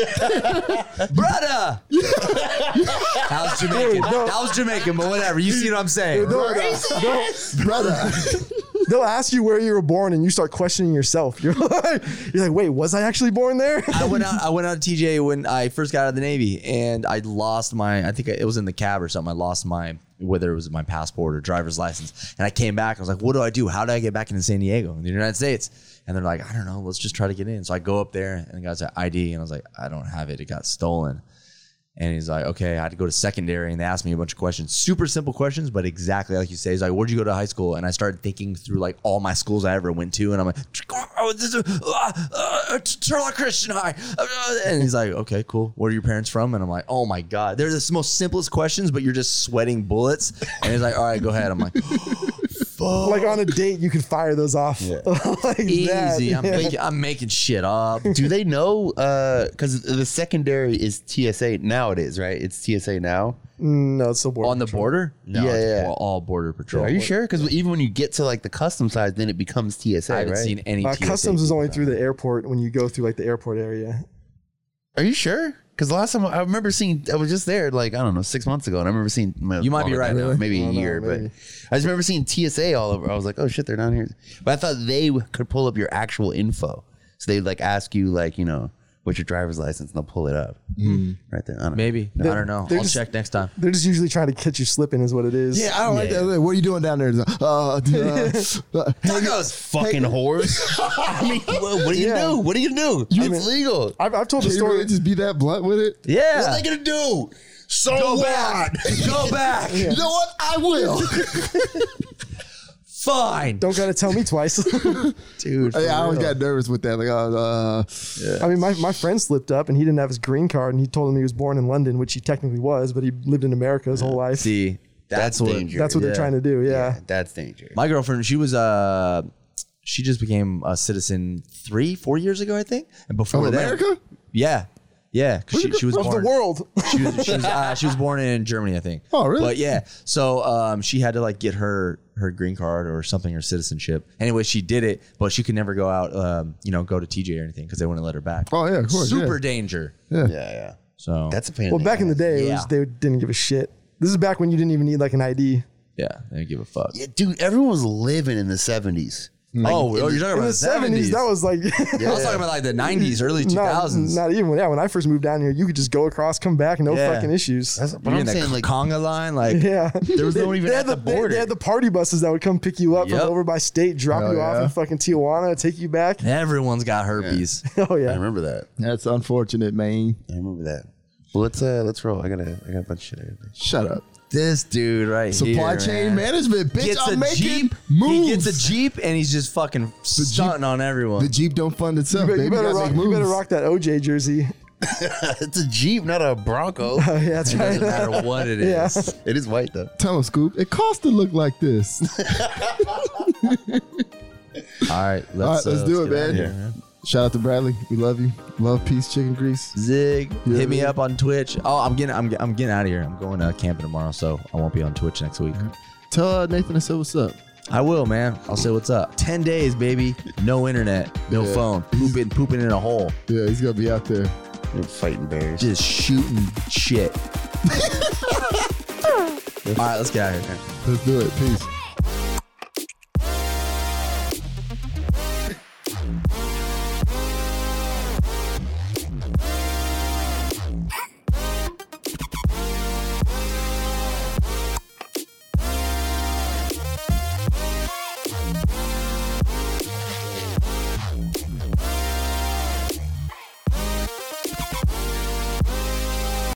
Brother! that was Jamaican. That was Jamaican, but whatever. You see what I'm saying? They'll, they'll- Brother. they'll ask you where you were born and you start questioning yourself. You're like, you're like wait, was I actually born there? I went out. I went out to TJ when I first got out of the Navy, and I lost my. I think it was in the cab or something. I lost my whether it was my passport or driver's license, and I came back. I was like, "What do I do? How do I get back into San Diego in the United States?" And they're like, "I don't know. Let's just try to get in." So I go up there and the guy said ID, and I was like, "I don't have it. It got stolen." And he's like, okay, I had to go to secondary, and they asked me a bunch of questions, super simple questions, but exactly like you say. He's like, where'd you go to high school? And I started thinking through like all my schools I ever went to, and I'm like, oh, this is, uh, uh, Turlock Christian High. Uh, And he's like, okay, cool. Where are your parents from? And I'm like, oh my god, they're the most simplest questions, but you're just sweating bullets. And he's like, all right, go ahead. I'm like, fuck. Like on a date, you could fire those off like that. Oh. Easy. I'm, Yeah. making, I'm making shit up. Do they know? Because the secondary is TSA now. It is right. It's TSA now. No, it's still boring. On the border? No, Yeah, it's yeah. all- all border patrol. Are you sure? Because even when you get to like the custom side, then it becomes TSA, I haven't right? seen any Uh, TSA customs is people. only through the airport when you go through like the airport area. Are you sure? Because last time I remember seeing, I was just there like I don't know six months ago, and I remember seeing. You might be longer right, than that, really. maybe a don't know, year, maybe. but I just remember seeing TSA all over. I was like, oh shit, they're down here. But I thought they could pull up your actual info, so they'd like ask you like you know what's your driver's license, and they'll pull it up right there. I don't know. Hmm. Maybe. I don't know. they're I'll just- check next time. They're just usually trying to catch you slipping, is what it is. Yeah, I don't like that. What are you doing down there? Uh, uh, Tacos. fucking horse. I mean, what, what do you Yeah. do? What do you do? it's legal. I've, I've told the can you really story. just be that blunt with it? Yeah. What are they gonna do? So Go what? back. Go back. You know what? I will. Fine. Don't gotta tell me twice. Dude. Oh, I, Oh, I always got nervous with that. Like, uh, uh, I mean, my, my friend slipped up and he didn't have his green card, and he told him he was born in London, which he technically was, but he lived in America his whole life. See, that's, That's what. dangerous. That's what Yeah. they're trying to do. Yeah. That's dangerous. My girlfriend, she was uh she just became a citizen three, four years ago, I think. And before Of that- America? Yeah. Yeah. 'cause She, she was of born. the world. she was, she was, uh, she was born in Germany, I think. Oh, really? But yeah, so um, she had to like get her her green card or something, her citizenship. Anyway, she did it, but she could never go out, um, you know, go to TJ or anything because they wouldn't let her back. oh yeah, of course. Super yeah. danger. yeah, yeah. So That's a pain. well, back in the day, it Yeah. was, they didn't give a shit. This is back when you didn't even need like an ID. yeah, they didn't give a fuck. Yeah, dude, everyone was living in the 70s. Like, oh, oh, you're talking In about the seventies, that was like I was talking about like the '90s, early not, 2000s. not even yeah. When I first moved down here, you could just go across, come back, no Yeah. fucking issues. that's, but You're I'm in the saying, like, conga line, like Yeah. There was no They- one even they at had the they- border. They had the party buses that would come pick you up Yep. from over by state, drop Hell you off yeah. in fucking Tijuana, take you back. everyone's got herpes. Oh I yeah. remember that. That's unfortunate, man. I remember that. Well, let's uh, let's roll. I got to I got a bunch of shit. Shut up. This dude right Supply here, chain man. management, bitch. Gets a I'm making jeep. moves. He gets a jeep and he's just fucking stunting on everyone. the jeep don't fund itself. But baby. you better gotta rock. make You better moves. rock that OJ jersey. it's a Jeep, not a Bronco. Oh, yeah, that's doesn't right. matter what it Yeah. is. it is white though. Tell him, Scoop. It costs to look like this. All right, let's, All right, let's do it, get out man. of here, Shout out to Bradley. We love you. Love peace, chicken grease. Zig, Yeah. hit me up on Twitch. Oh, I'm getting, I'm, I'm getting out of here. I'm going uh, camping tomorrow, so I won't be on Twitch next week. Tell uh, Nathan I said what's up. I will, man. I'll say what's up. Ten days, baby. No internet, no Yeah. phone. Pooping, pooping in a hole. Yeah, he's gonna be out there. They're fighting bears. Just shooting shit. All right, let's get out of here. Let's do it. Peace.